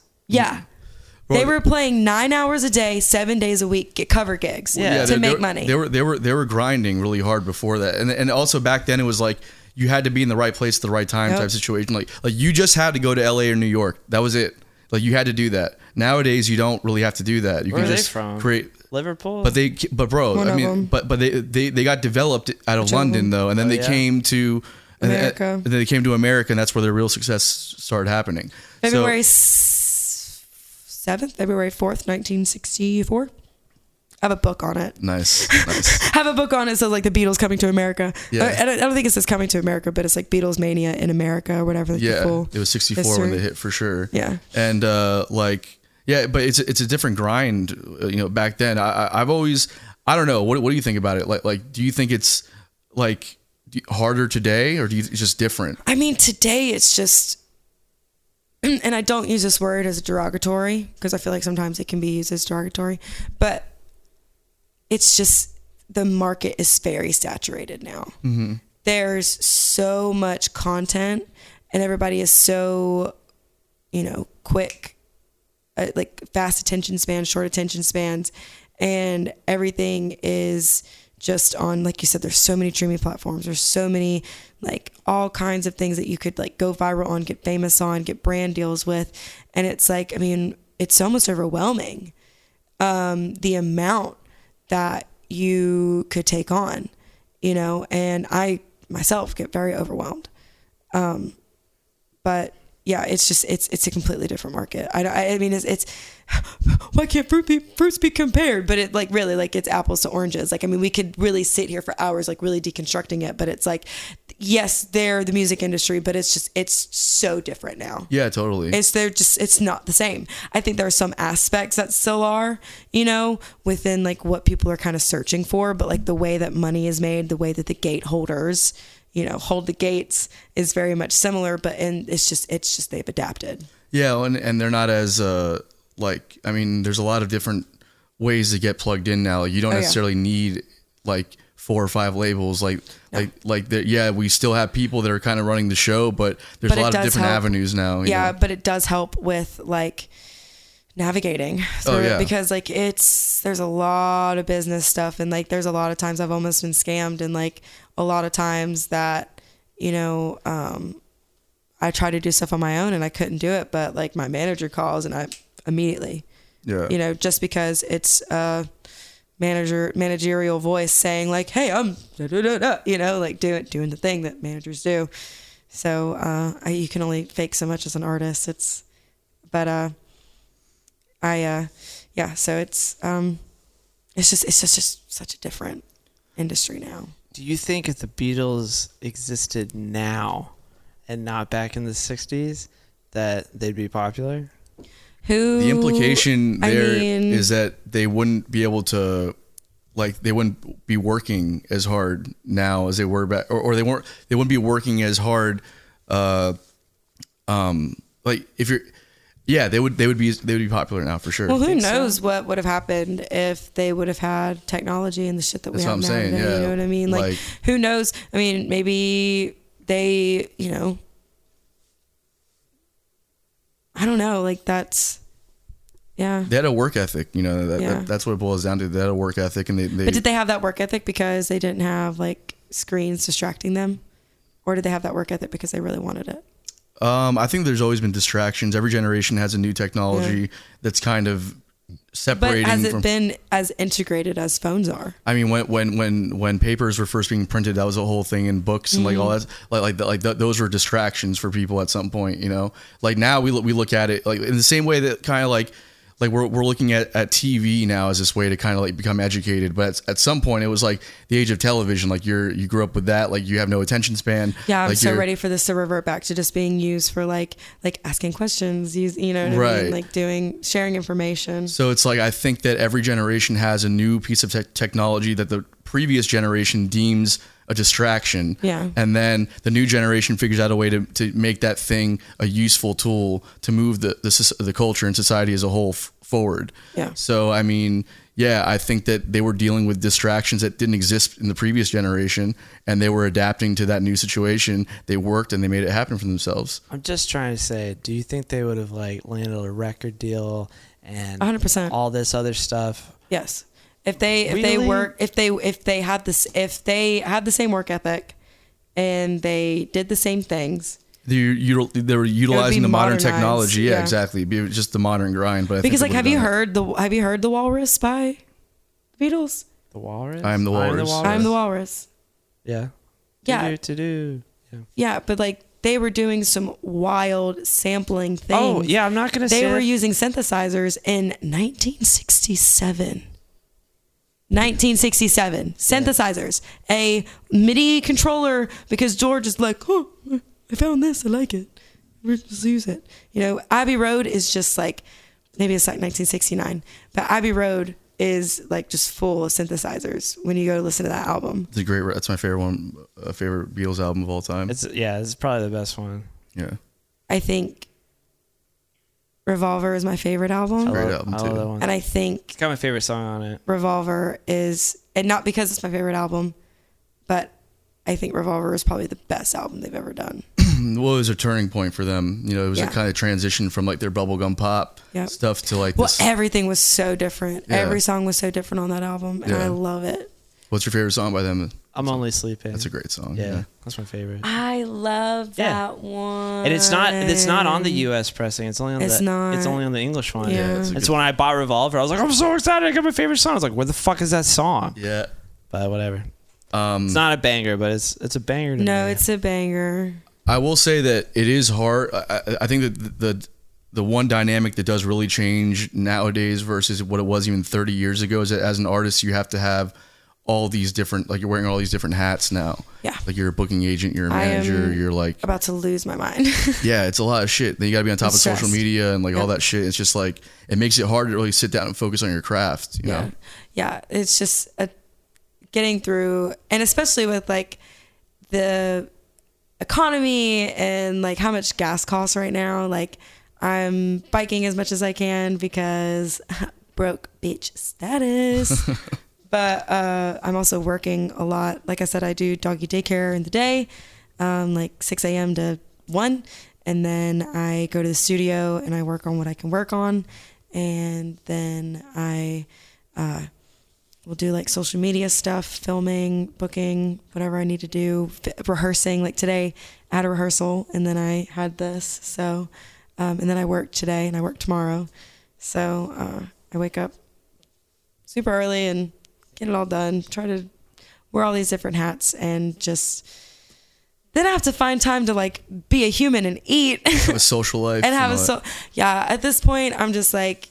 they were playing nine hours a day, seven days a week, get cover gigs
Yeah,
to
they-
make
they,
money.
They were they were they were grinding really hard before that, and and also back then it was like you had to be in the right place at the right time
Yep.
type situation. Like like you just had to go to L.A. or New York. That was it. Like you had to do that. Nowadays you don't really have to do that. You
Where are
can
they
just
from?
create.
Liverpool.
But they, but bro,
One
I
of
mean,
them.
but but they, they they got developed out of
of
London
them?
though, and then they
yeah.
came to and then-
America.
And then they came to America, and that's where their real success started happening. So-
February seventh, February fourth, nineteen sixty four. I have a book on it.
Nice,
(laughs)
nice.
I have a book on it. So like the Beatles coming to America.
Yeah.
Yeah. I, don't- I don't think it says coming to America, but it's like Beatles mania in America or whatever. Like The
yeah,
full,
it was 64 when
history.
they hit for sure.
Yeah.
and uh, like yeah, but it's it's a different grind. uh, You know, back then I, I I've always I don't know what what do you think about it? Like like do you think it's like d- harder today or do you it's just different?
I mean, today it's just, (clears throat) and I don't use this word as a derogatory because I feel like sometimes it can be used as derogatory, but it's just the market is very saturated now. There's so much content, and everybody is so, you know, quick, uh, like fast attention spans, short attention spans, and everything is just on like you said there's so many streaming platforms there's so many like all kinds of things that you could like go viral on get famous on get brand deals with and it's like i mean it's almost overwhelming um the amount that you could take on you know and i myself get very overwhelmed but yeah, it's just it's it's a completely different market. I don't- I, I mean it's, it's (sighs) why can't fruit be, fruits be compared? But it like really like it's apples to oranges. Like I mean we could really sit here for hours like really deconstructing it, but it's like yes, they're the music industry, but it's just it's so different now.
Yeah, totally.
It's they're just it's not the same. I think there are some aspects that still are, you know, within like what people are kind of searching for, but like the way that money is made, the way that the gate holders, you know, hold the gates is very much similar, but and it's just it's just they've adapted.
Yeah, and and they're not as uh like I mean, there's a lot of different ways to get plugged in now. You don't
Oh, yeah.
necessarily need like four or five labels like like like that. Yeah, we still have people that are kind of running the show, but there's
But
a
it
lot of
does
different
help.
avenues now. you
yeah
know?
but it does help with like navigating through
Oh, yeah.
it because like it's there's a lot of business stuff and like there's a lot of times i've almost been scammed and like a lot of times that you know um i try to do stuff on my own and i couldn't do it but like my manager calls and i immediately
yeah,
you know just because it's a manager managerial voice saying like hey i'm da, da, da, da, you know like doing doing the thing that managers do so uh I, you can only fake so much as an artist it's but uh i uh yeah so it's um it's just it's just, just such a different industry now
Do you think if the Beatles existed now and not back in the 60s, that they'd be popular?
who
The implication
I
there is
mean-
that they wouldn't be able to like they wouldn't be working as hard now as they were back or, or they weren't they wouldn't be working as hard uh um like if you're yeah they would they would be they would be popular now for sure
well, who knows what would have happened if they would have had technology and the shit that
That's
we
what
have
I'm
now.
saying,
today,
yeah.
You know what I mean? Like,
Like-
who knows? I mean, maybe they, you know, I don't know. Like, that's, yeah.
they had a work ethic you know that,
Yeah.
that that's what it boils down to they had a work ethic and they, they,
But did they have that work ethic because they didn't have like screens distracting them, or did they have that work ethic because they really wanted it?
um i think there's always been distractions every generation has a new technology that's kind of
But
separating
has it
from
been as integrated as phones are?
I mean, when when when when papers were first being printed, that was a whole thing, and books and like all
Mm-hmm.
that, like like like th- those were distractions for people at some point, you know. Like now we look we look at it like in the same way that kind of like like we're we're looking at at TV now as this way to kind of like become educated, but at, at some point it was like the age of television. Like you're you grew up with that, like you have no attention span.
Yeah, I'm
like
so
you're-
ready for this to revert back to just being used for like like asking questions, use you know what I
Right.
mean, like doing sharing information.
So it's like I think that every generation has a new piece of tech technology that the previous generation deems a distraction.
Yeah.
And then the new generation figures out a way to, to make that thing a useful tool to move the the, soc- the culture and society as a whole f- forward.
Yeah.
So I mean, yeah, I think that they were dealing with distractions that didn't exist in the previous generation and they were adapting to that new situation. They worked and they made it happen for themselves.
I'm just trying to say, do you think they would have like landed a record deal and
100%.
all this other stuff?
Yes. If they if they
Really?
work if they if they had this if they had the same work ethic and they did the same things
They, you, they were utilizing the modern
modernized,
technology. Yeah,
yeah.
exactly. Be- Just the modern grind. But I think
because
they
like
would've
have you
done it.
heard the have you heard the Walrus by the Beatles?
The Walrus?
I Am the Walrus.
I'm the Walrus.
Yeah. To do,
Yeah.
to do. Yeah.
Yeah, but like they were doing some wild sampling things.
Oh, yeah. I'm not going to say.
They were using synthesizers in 1967. 1967 synthesizers, a MIDI controller because George is like, oh, I found this, I like it, let's use it. You know, Abbey Road is just like maybe it's like 1969, but Abbey Road is like just full of synthesizers when you go to listen to that album.
It's a great. That's my favorite one. Uh, favorite Beatles album of all time.
It's yeah, it's probably the best one.
yeah, (clears throat)
I think Revolver is my favorite
I
album,
Great
love,
album,
I
too.
love that one.
and I think
It's got my favorite song on it.
Revolver is, and not because it's my favorite album, but I think Revolver is probably the best album they've ever done.
well, it was a turning point for them. You know, it was
Yeah.
a kind of transition from like their bubblegum pop
Yep.
stuff to like
Well,
this.
everything was so different.
Yeah.
Every song was so different on that album, and
Yeah.
I love it.
What's your favorite song by them?
I'm only sleeping.
That's a great song.
yeah, that's my favorite.
I love
Yeah.
that one.
And it's not it's not on the U.S. pressing. It's only on
It's
the
not.
it's only on the English one.
Yeah.
it's a
It's
good-
when I bought Revolver. I was like, I'm so excited! I got my favorite song. I was like, where the fuck is that song?
yeah.
But whatever.
Um,
It's not a banger, but it's it's a banger. To
No,
me.
it's a banger.
I will say that it is hard. I, I- I think that the the one dynamic that does really change nowadays versus what it was even 30 years ago is that as an artist you have to have all these different like you're wearing all these different hats now.
Yeah.
Like you're a booking agent, you're a
I
manager,
am
you're like
About to lose my mind. (laughs)
yeah, it's a lot of shit. Then you got to be on top
I'm
of social
stressed.
media and like all that shit. It's just like it makes it hard to really sit down and focus on your craft, you
yeah.
know.
Yeah, it's just a, getting through, and especially with like the economy and like how much gas costs right now. Like I'm biking as much as I can because (laughs) broke bitch
(laughs)
status. but uh, I'm also working a lot. Like I said, I do doggy daycare in the day, um, like 6 a.m. to 1. And then I go to the studio and I work on what I can work on. And then I we will do like social media stuff, filming, booking, whatever I need to do, f- rehearsing. Like today, I had a rehearsal and then I had this. So, um, and then I work today and I work tomorrow. So uh, I wake up super early and get it all done. Try to wear all these different hats and just then I have to find time to like be a human and eat (laughs)
Have a social life
and have a
all that.
so yeah at this point i'm just like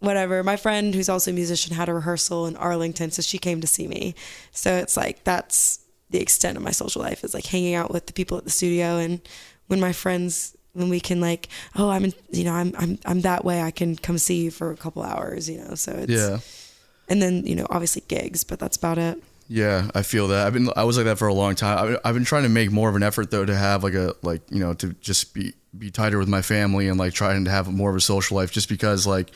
whatever my friend who's also a musician had a rehearsal in arlington so she came to see me so it's like that's the extent of my social life is like hanging out with the people at the studio and when my friends when we can like oh i'm in, you know I'm, I'm i'm that way i can come see you for a couple hours you know so it's
Yeah.
and then you know obviously gigs but that's about it
Yeah, I feel that. I've been I was like that for a long time. I, I've been trying to make more of an effort though to have like a like you know to just be be tighter with my family and like trying to have more of a social life just because like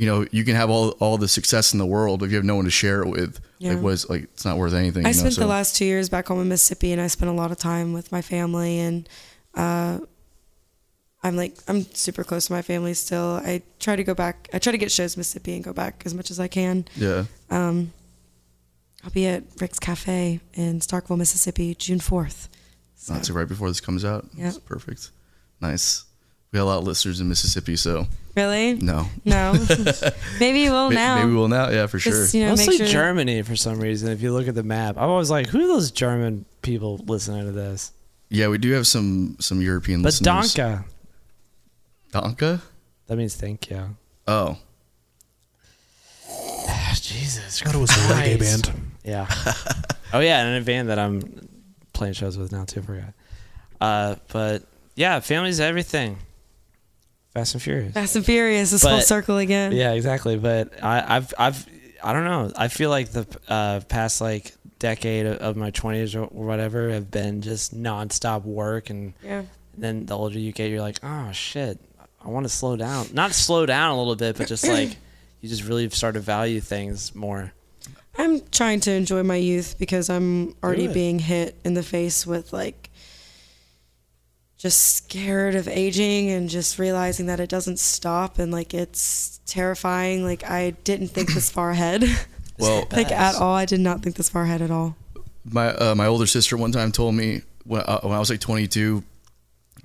you know you can have all all the success in the world but if you have no one to share it with
Yeah.
like was like it's not worth anything.
I
you know?
spent
so,
the last two years back home in Mississippi, and I spent a lot of time with my family. And uh, I'm like, I'm super close to my family still. I try to go back. I try to get shows in Mississippi and go back as much as I can.
yeah.
I'll be at Rick's Cafe in Starkville, Mississippi, June 4th. So,
That's right before this comes out.
Yeah.
That's perfect. Nice. We got a lot of listeners in Mississippi, so
really?
no.
No.
(laughs)
maybe we'll
May-
now.
Maybe we'll now. Yeah, for sure.
Just, you know,
Mostly
make sure
Germany for some reason. If you look at the map, I'm always like, who are those German people listening to this?
yeah, we do have some some European
But
listeners.
Donka,
Donka?
that means thank you.
Oh.
Jesus
I thought it was a reggae
Christ.
band.
Yeah. (laughs) oh yeah, and a van that I'm playing shows with now too. I forgot. Uh, but yeah, family's everything. Fast and Furious.
Fast and Furious, this whole
But-
circle again.
Yeah, exactly. But I, I've, I've, I don't know. I feel like the uh, past like decade of, of my twenties or whatever have been just nonstop work, and
Yeah.
then the older you get, you're like, oh shit, I want to slow down. Not slow down a little bit, but just
(laughs)
like you just really start to value things more.
I'm trying to enjoy my youth because I'm already
it.
being hit in the face with like just scared of aging and just realizing that it doesn't stop and like it's terrifying. Like I didn't think this far ahead. (laughs)
Well,
like at all. I did not think this far ahead at all.
my uh, my older sister one time told me when, uh, when I was like 22,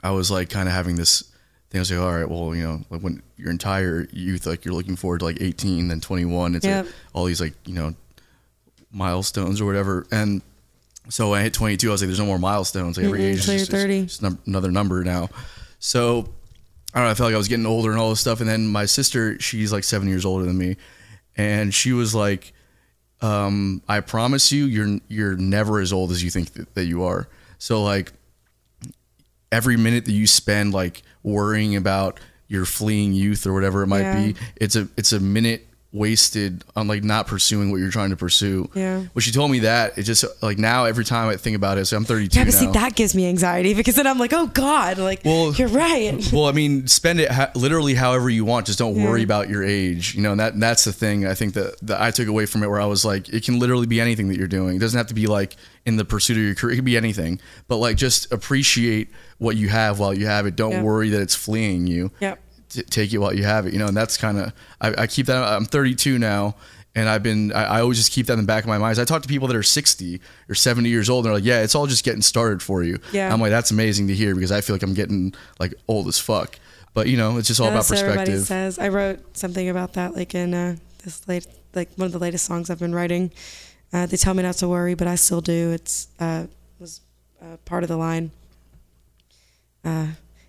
I was like kind of having this thing. I was like, all right, well, you know, like when your entire youth, like you're looking forward to like 18, then 21, it's
Yep.
like all these like you know milestones or whatever. And so when I hit 22, I was like, there's no more milestones. Like every
Mm-mm,
age is
till you're
just, it's
30.
just num- another number now. So I don't know. I felt like I was getting older and all this stuff. And then my sister, she's like seven years older than me, and she was like um, I promise you, you're you're never as old as you think that, that you are. So like every minute that you spend like worrying about your fleeing youth or whatever it might
Yeah.
be, it's a it's a minute wasted on like not pursuing what you're trying to pursue.
Yeah.
When she told me that, it just like now every time I think about it, so I'm 32
Yeah, but
now.
see, that gives me anxiety because then I'm like, oh God, like
Well-
you're right. (laughs)
well, I mean, spend it ha- literally however you want. Just don't worry about your age, you know. And that and that's the thing I think that, that I took away from it, where I was like, it can literally be anything that you're doing. It doesn't have to be like in the pursuit of your career. It could be anything, but like just appreciate what you have while you have it. Don't
Yeah.
worry that it's fleeing you.
Yep.
T- take it while you have it, you know. And that's kind of I, I keep that. I'm 32 now. And I've been, I, I always just keep that in the back of my mind. 'Cause I talk to people that are 60 or 70 years old, and they're like, yeah, it's all just getting started for you.
Yeah.
I'm like, that's amazing to hear because I feel like I'm getting like old as fuck. But you know, it's just all about
That's what everybody
perspective.
says. I wrote something about that, like in uh, this late, like one of the latest songs I've been writing. Uh, they tell me not to worry, but I still do. It's uh, was uh, part of the line. Uh,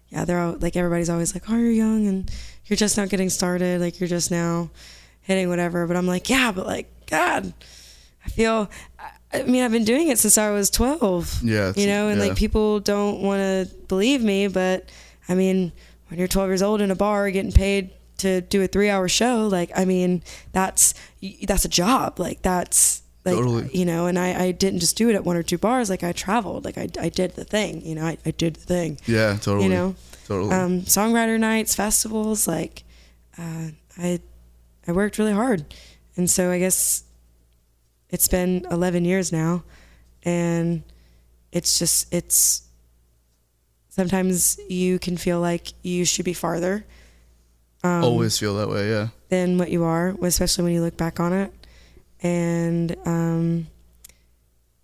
yeah, they're all, like everybody's always like, "Oh, you're young and you're just not getting started. Like you're just now hitting whatever." But I'm like, "Yeah, but like God, I feel. I, I mean, I've been doing it since I was 12.
Yeah, it's-
you know, and
yeah.
like people don't want to believe me, but I mean, when you're 12 years old in a bar getting paid to do a three-hour show, like I mean, that's y- that's a job. Like that's like
Totally.
you know, and I I didn't just do it at one or two bars. Like I traveled. Like I I did the thing. You know, I I did the thing.
Yeah, totally.
You know,
totally.
um, songwriter nights, festivals. Like, uh, I, I worked really hard, and so I guess it's been 11 years now, and it's just it's. Sometimes you can feel like you should be farther
Always feel that way. Yeah. (clears throat)
than what you are, especially when you look back on it, and um,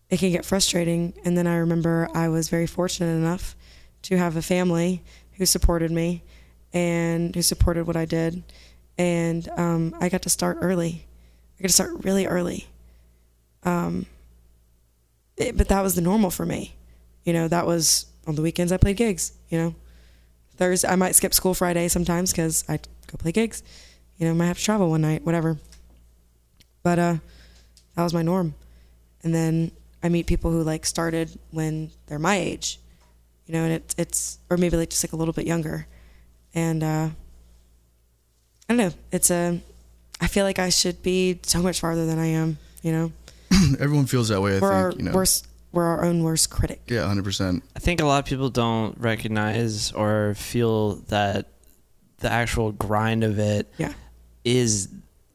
it can get frustrating. And then I remember I was very fortunate enough to have a family who supported me and who supported what I did, and um, I got to start early. I got to start really early. Um, it- but that was the normal for me. You know, that was on the weekends I played gigs. You know, Thursday I might skip school Friday sometimes because I go play gigs. You know, might have to travel one night, whatever. But uh, that was my norm. And then I meet people who like started when they're my age, you know, and it's it's or maybe like just like a little bit younger, and uh, I don't know. It's a I feel like I should be so much farther than I am, you know.
Everyone feels that way. I
we're
think.
our
you know.
worst. We're our own worst critic.
Yeah, hundred percent.
I think a lot of people don't recognize or feel that the actual grind of it
Yeah.
is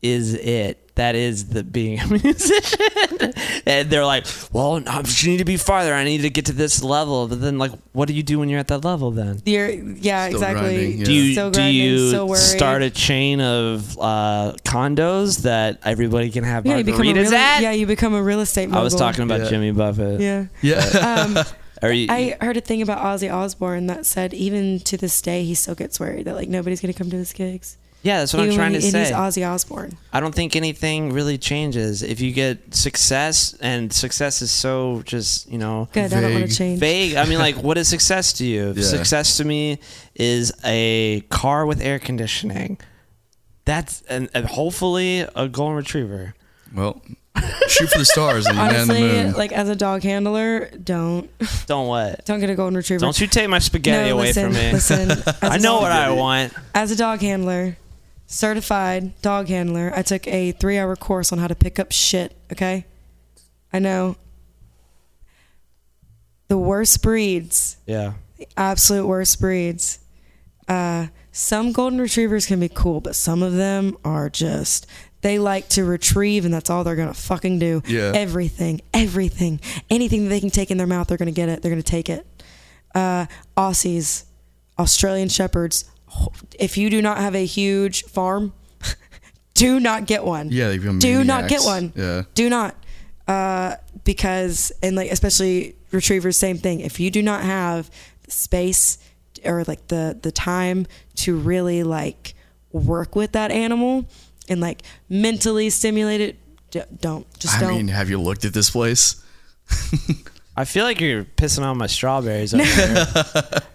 is it that is the being a (laughs) musician and they're like well i just need to be farther i need to get to this level but then like what do you do when you're at that level then
You're, yeah,
Still
exactly.
grinding, yeah.
do you
So
do
grinding,
you
so worried.
start a chain of uh, condos that everybody can have
Yeah, you become a
margaritas
real,
at?
yeah, you become a real estate. Mogul.
I was talking about
Yeah.
Jimmy Buffett.
Yeah.
Yeah. (laughs)
Um,
Are you,
I heard a thing about Ozzy Osbourne that said even to this day he still gets worried that like nobody's gonna come to his gigs.
yeah, that's what I'm
Even
trying
when-
to
and
say.
He's Ozzy Osbourne.
I don't think anything really changes if you get success, and success is so just you know
Good. I don't want
Vague.
to change.
vague. I mean, like, what is success to you?
Yeah.
Success to me is a car with air conditioning. That's and, and hopefully a golden retriever.
well, shoot for the stars
(laughs)
and land the
Honestly,
moon.
like as a dog handler, don't
Don't what?
don't get a golden retriever.
Don't you take my spaghetti
no,
away
listen,
from me?
Listen, as a
(laughs) I know
dog-
what I want.
As a dog handler, certified dog handler, I took a three-hour course on how to pick up shit. Okay, I know. The worst breeds
Yeah.
absolute worst breeds. Uh, some golden retrievers can be cool, but some of them are just they like to retrieve and that's all they're gonna fucking do.
Yeah.
Everything, everything, anything that they can take in their mouth, they're gonna get it. They're gonna take it. Uh, Aussies, Australian shepherds. If you do not have a huge farm, (laughs) do not get one.
yeah, they become
Do not get
maniacs.
one.
Yeah.
Do not. Uh, because, and like, especially retrievers, same thing. If you do not have the space or like the, the time to really like work with that animal and like mentally stimulate it, d- don't. Just
I
don't.
mean, have you looked at this place?
I feel like you're pissing on my strawberries over (laughs) here,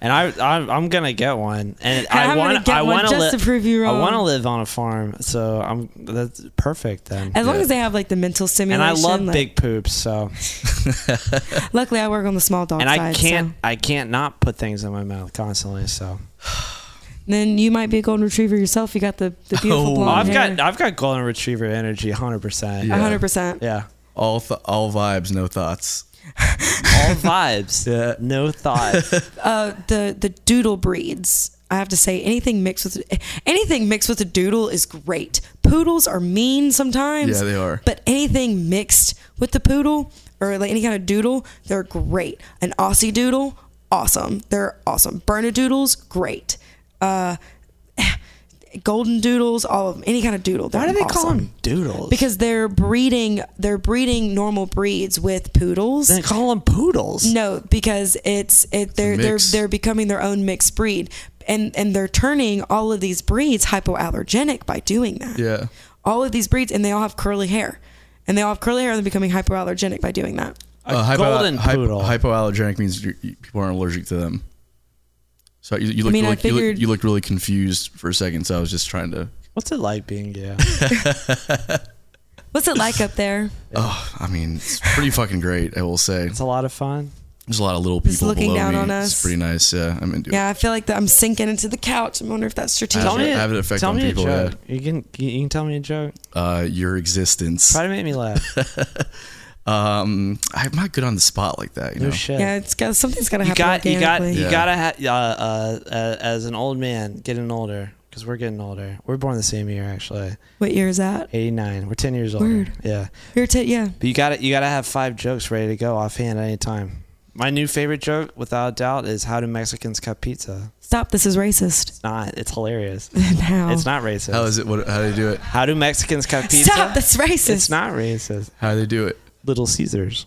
and I, I I'm gonna get one. And I
I'm gonna
want
get
I
one
want
just to prove you
I
wrong.
want to live on a farm, so I'm that's perfect
(laughs)
then.
As long
Yeah.
as they have like the mental
and
stimulation.
I love
like-
big poops, so
Luckily, I work on the small dog
and
side.
I
so-
can't I can't not put things in my mouth constantly. So
Then you might be a golden retriever yourself. You got the,
(laughs)
the beautiful
Oh.
blonde
I've
hair.
got I've got golden retriever energy, hundred percent.
Yeah.
Yeah,
100%.
All th- all vibes, no thoughts.
all (laughs) vibes, no thought.
Uh, the the doodle breeds. I have to say, anything mixed with anything mixed with a doodle is great. Poodles are mean sometimes.
Yeah, they are.
But anything mixed with the poodle or like any kind of doodle, they're great. An Aussie doodle, awesome. They're awesome. Bernedoodles, great. Uh, (sighs) golden doodles, all of them. Any kind of doodle.
Why do they
awesome.
call them doodles?
Because they're breeding, they're breeding normal breeds with poodles.
they call them poodles.
No, because it's it they're they're
mix.
they're becoming their own mixed breed, and and they're turning all of these breeds hypoallergenic by doing that.
Yeah.
All of these breeds, and they all have curly hair, and they all have curly hair, and they're becoming hypoallergenic by doing that.
A golden
Uh, hypo-
poodle.
hypoallergenic means you you, people aren't allergic to them. So you, you looked
mean, I
really, you, look,
figured-
you looked really confused for a second. So I was just trying to.
What's it like being
(laughs)
gay?
What's it like
(laughs)
up there?
Oh, I mean, it's pretty fucking great. I will say.
it's a lot of fun.
There's a lot of little (laughs) people
Just looking
below
down
me.
on
It's
us.
pretty nice. Yeah, I'm into
Yeah, I feel like that I'm sinking into the couch. I wonder if that's strategic.
Tell me- have an effect
tell
on
me
people,
A joke. You can you you can tell me a joke.
it. Uh, your existence.
Try to make me laugh.
Um, I'm not good on the spot like that. (laughs) You
No
know.
shit.
yeah, it's got something's got to
you
happen.
got you got
organically.
you
Yeah.
gotta ha- uh, uh, uh, as an old man getting older because we're getting older. We're born the same year actually,
What year is that?
eighty nine. We're ten years older.
Word.
Yeah,
Your t- yeah.
but you gotta you gotta have five jokes ready to go offhand at any time. My new favorite joke, without a doubt, is how do Mexicans cut pizza?
Stop. This is racist. (laughs)
It's not. It's hilarious.
How?
It's not racist.
How is it? What? How do they do it?
How do Mexicans cut pizza?
Stop. That's racist.
It's not racist.
How do they do it?
Little Caesars.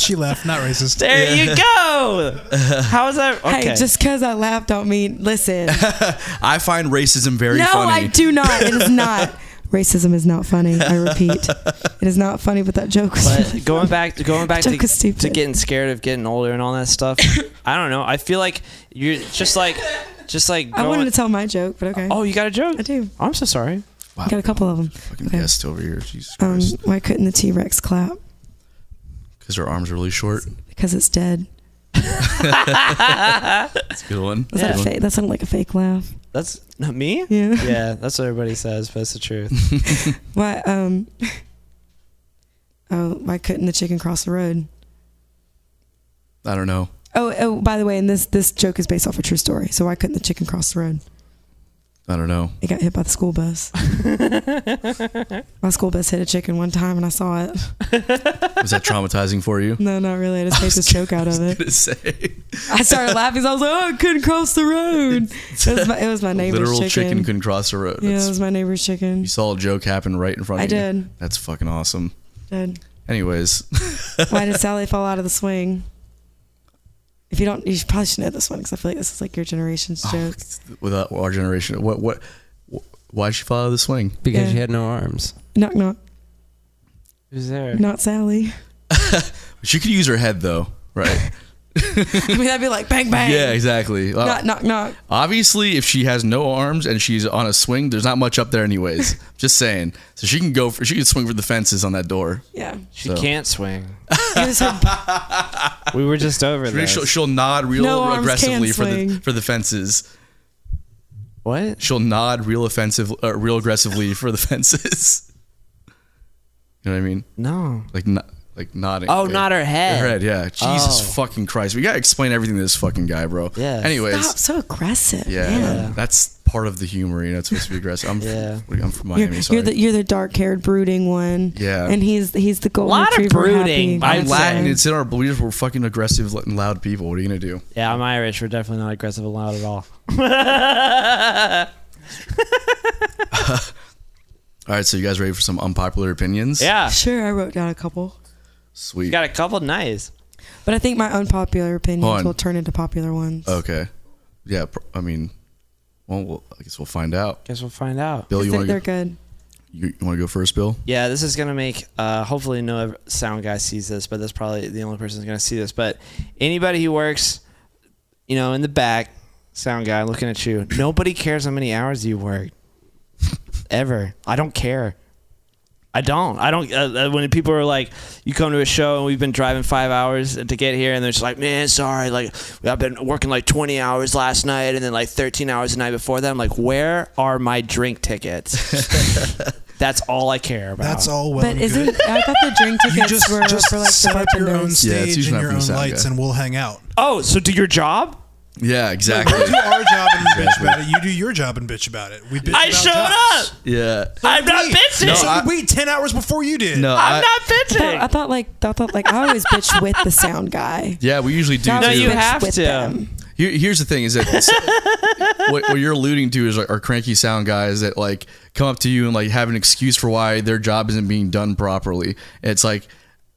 (laughs)
she left, not racist.
There you (laughs) go. How is that? Okay.
Hey, just because I laugh don't mean listen.
I find racism very
no,
funny.
I do not. It is not. Racism is not funny. I repeat, it is not funny. But that joke was.
But going back, going back to,
(laughs) Joke is stupid.
to getting scared of getting older and all that
(coughs)
stuff. I don't know. I feel like you're just like, just like.
I
going-
wanted to tell my joke, but okay.
Oh, you got a joke?
I do.
I'm so sorry.
Wow,
I got a couple of them.
fucking
okay.
guest over here. Jesus
Um,
Christ.
why couldn't the T Rex clap?
Because her arms are really short.
Because it's dead.
That's a good one.
Was
Good
that
one.
fake? That sounded like a fake laugh.
That's not me.
Yeah.
Yeah, that's what everybody says, but it's the truth.
Why? Um. (laughs) Oh, why couldn't the chicken cross the road?
I don't know.
Oh, oh. By the way, and this this joke is based off a true story. So why couldn't the chicken cross the road?
I don't know.
It got hit by the school bus. my school bus hit a chicken one time, and I saw it.
Was that traumatizing for you?
No, not really. I just made this joke out of it.
to (laughs) say
I started laughing. So I was like, "Oh, I couldn't cross
(laughs)
the road." It was my, it was my neighbor's
literal chicken.
chicken.
couldn't cross the road.
yeah, it
That's-
was my neighbor's chicken.
you saw a joke happen right in front
I
of you.
did.
That's fucking awesome.
Dead.
Anyways, (laughs)
Why did Sally fall out of the swing? If you don't, you should- probably should know this one because I feel like this is like your generation's
Oh,
joke.
with uh, our generation, what what wh- why'd she follow the swing?
Because
Yeah.
she had no arms.
Knock knock.
Who's there?
Not Sally. (laughs)
She could use her head though, right?
I mean, that'd be like bang bang.
yeah, exactly. Uh,
Knock knock knock.
Obviously, if she has no arms and she's on a swing, there's not much up there,
(laughs)
anyways. Just saying. So she can go for she can swing for the fences on that door. (laughs)
Yeah.
She
So.
can't swing.
It was her-
We were just over
Maybe
there.
She'll, she'll nod real
No arms
aggressively
can
for the
swing.
for the fences.
What?
She'll nod real offensive, uh, real aggressively for the (laughs) fences. you know what I mean?
No.
Like no, like nodding.
Oh,
like-
not her head.
Her head, yeah. Jesus
Oh.
fucking Christ, we gotta explain everything to this fucking guy, bro.
Yes.
Anyways,
Stop. So aggressive.
yeah,
man.
Yeah.
that's part of the humor. You know, it's supposed to be aggressive. I'm
Yeah.
from, I'm from
You're,
Miami. sorry.
you're the you're the dark haired brooding one.
Yeah.
And he's he's the golden
Lot of
retriever.
brooding,
happy.
I'm
I'd
Latin.
say.
It's in our beliefs. We're fucking aggressive and loud people. What are you gonna do?
Yeah, I'm Irish. We're definitely not aggressive and loud at (laughs) all.
All right, so you guys ready for some unpopular opinions?
Yeah.
Sure, I wrote down a couple,
Sweet.
You got a couple nice.
but I think my unpopular opinions
Hold on. Oh,
will turn into popular ones.
Okay. Yeah. pr- I mean, well, we'll I guess we'll find out.
Guess we'll find out.
Bill,
I
you
think
want
they're
to?
good.
You, you want to go first, Bill?
Yeah, this is gonna make. Uh, hopefully, no ev- sound guy sees this, but that's probably the only person who's gonna see this. But anybody who works, you know, in the back, sound guy looking at you. Nobody cares how many hours you work, (laughs) ever. I don't care. I don't. I don't. Uh, uh, when people are like, you come to a show and we've been driving five hours to get here, and they're just like, man, sorry, like I've been working like 20 hours last night and then like 13 hours the night before that. I'm like, where are my drink tickets? That's all I care about.
That's all well
but
and
isn't
good.
I thought the drink
You
tickets
just,
were
just
for like
set
the
up your own
bartenders.
Yeah, it's
stage
usually
and
not
your
from
own
the sound
lights,
guy.
and we'll hang out.
Oh, so do your job?
(laughs) Yeah, exactly.
Do our job and bitch about it. You do your job and bitch about it. We bitch
I
about
showed
jobs.
up.
yeah.
I'm not bitching.
No,
so
I-
did we ten hours before you did.
No,
I'm
I,
not
I thought, I
bitching.
thought like I thought like I always bitch with the sound guy.
yeah, we usually do.
I
too.
No,
always
you
bitch
have
with
to.
them.
Here, here's the thing:
(laughs)
is that what, what you're alluding to is like our cranky sound guys that like come up to you and like have an excuse for why their job isn't being done properly. It's like,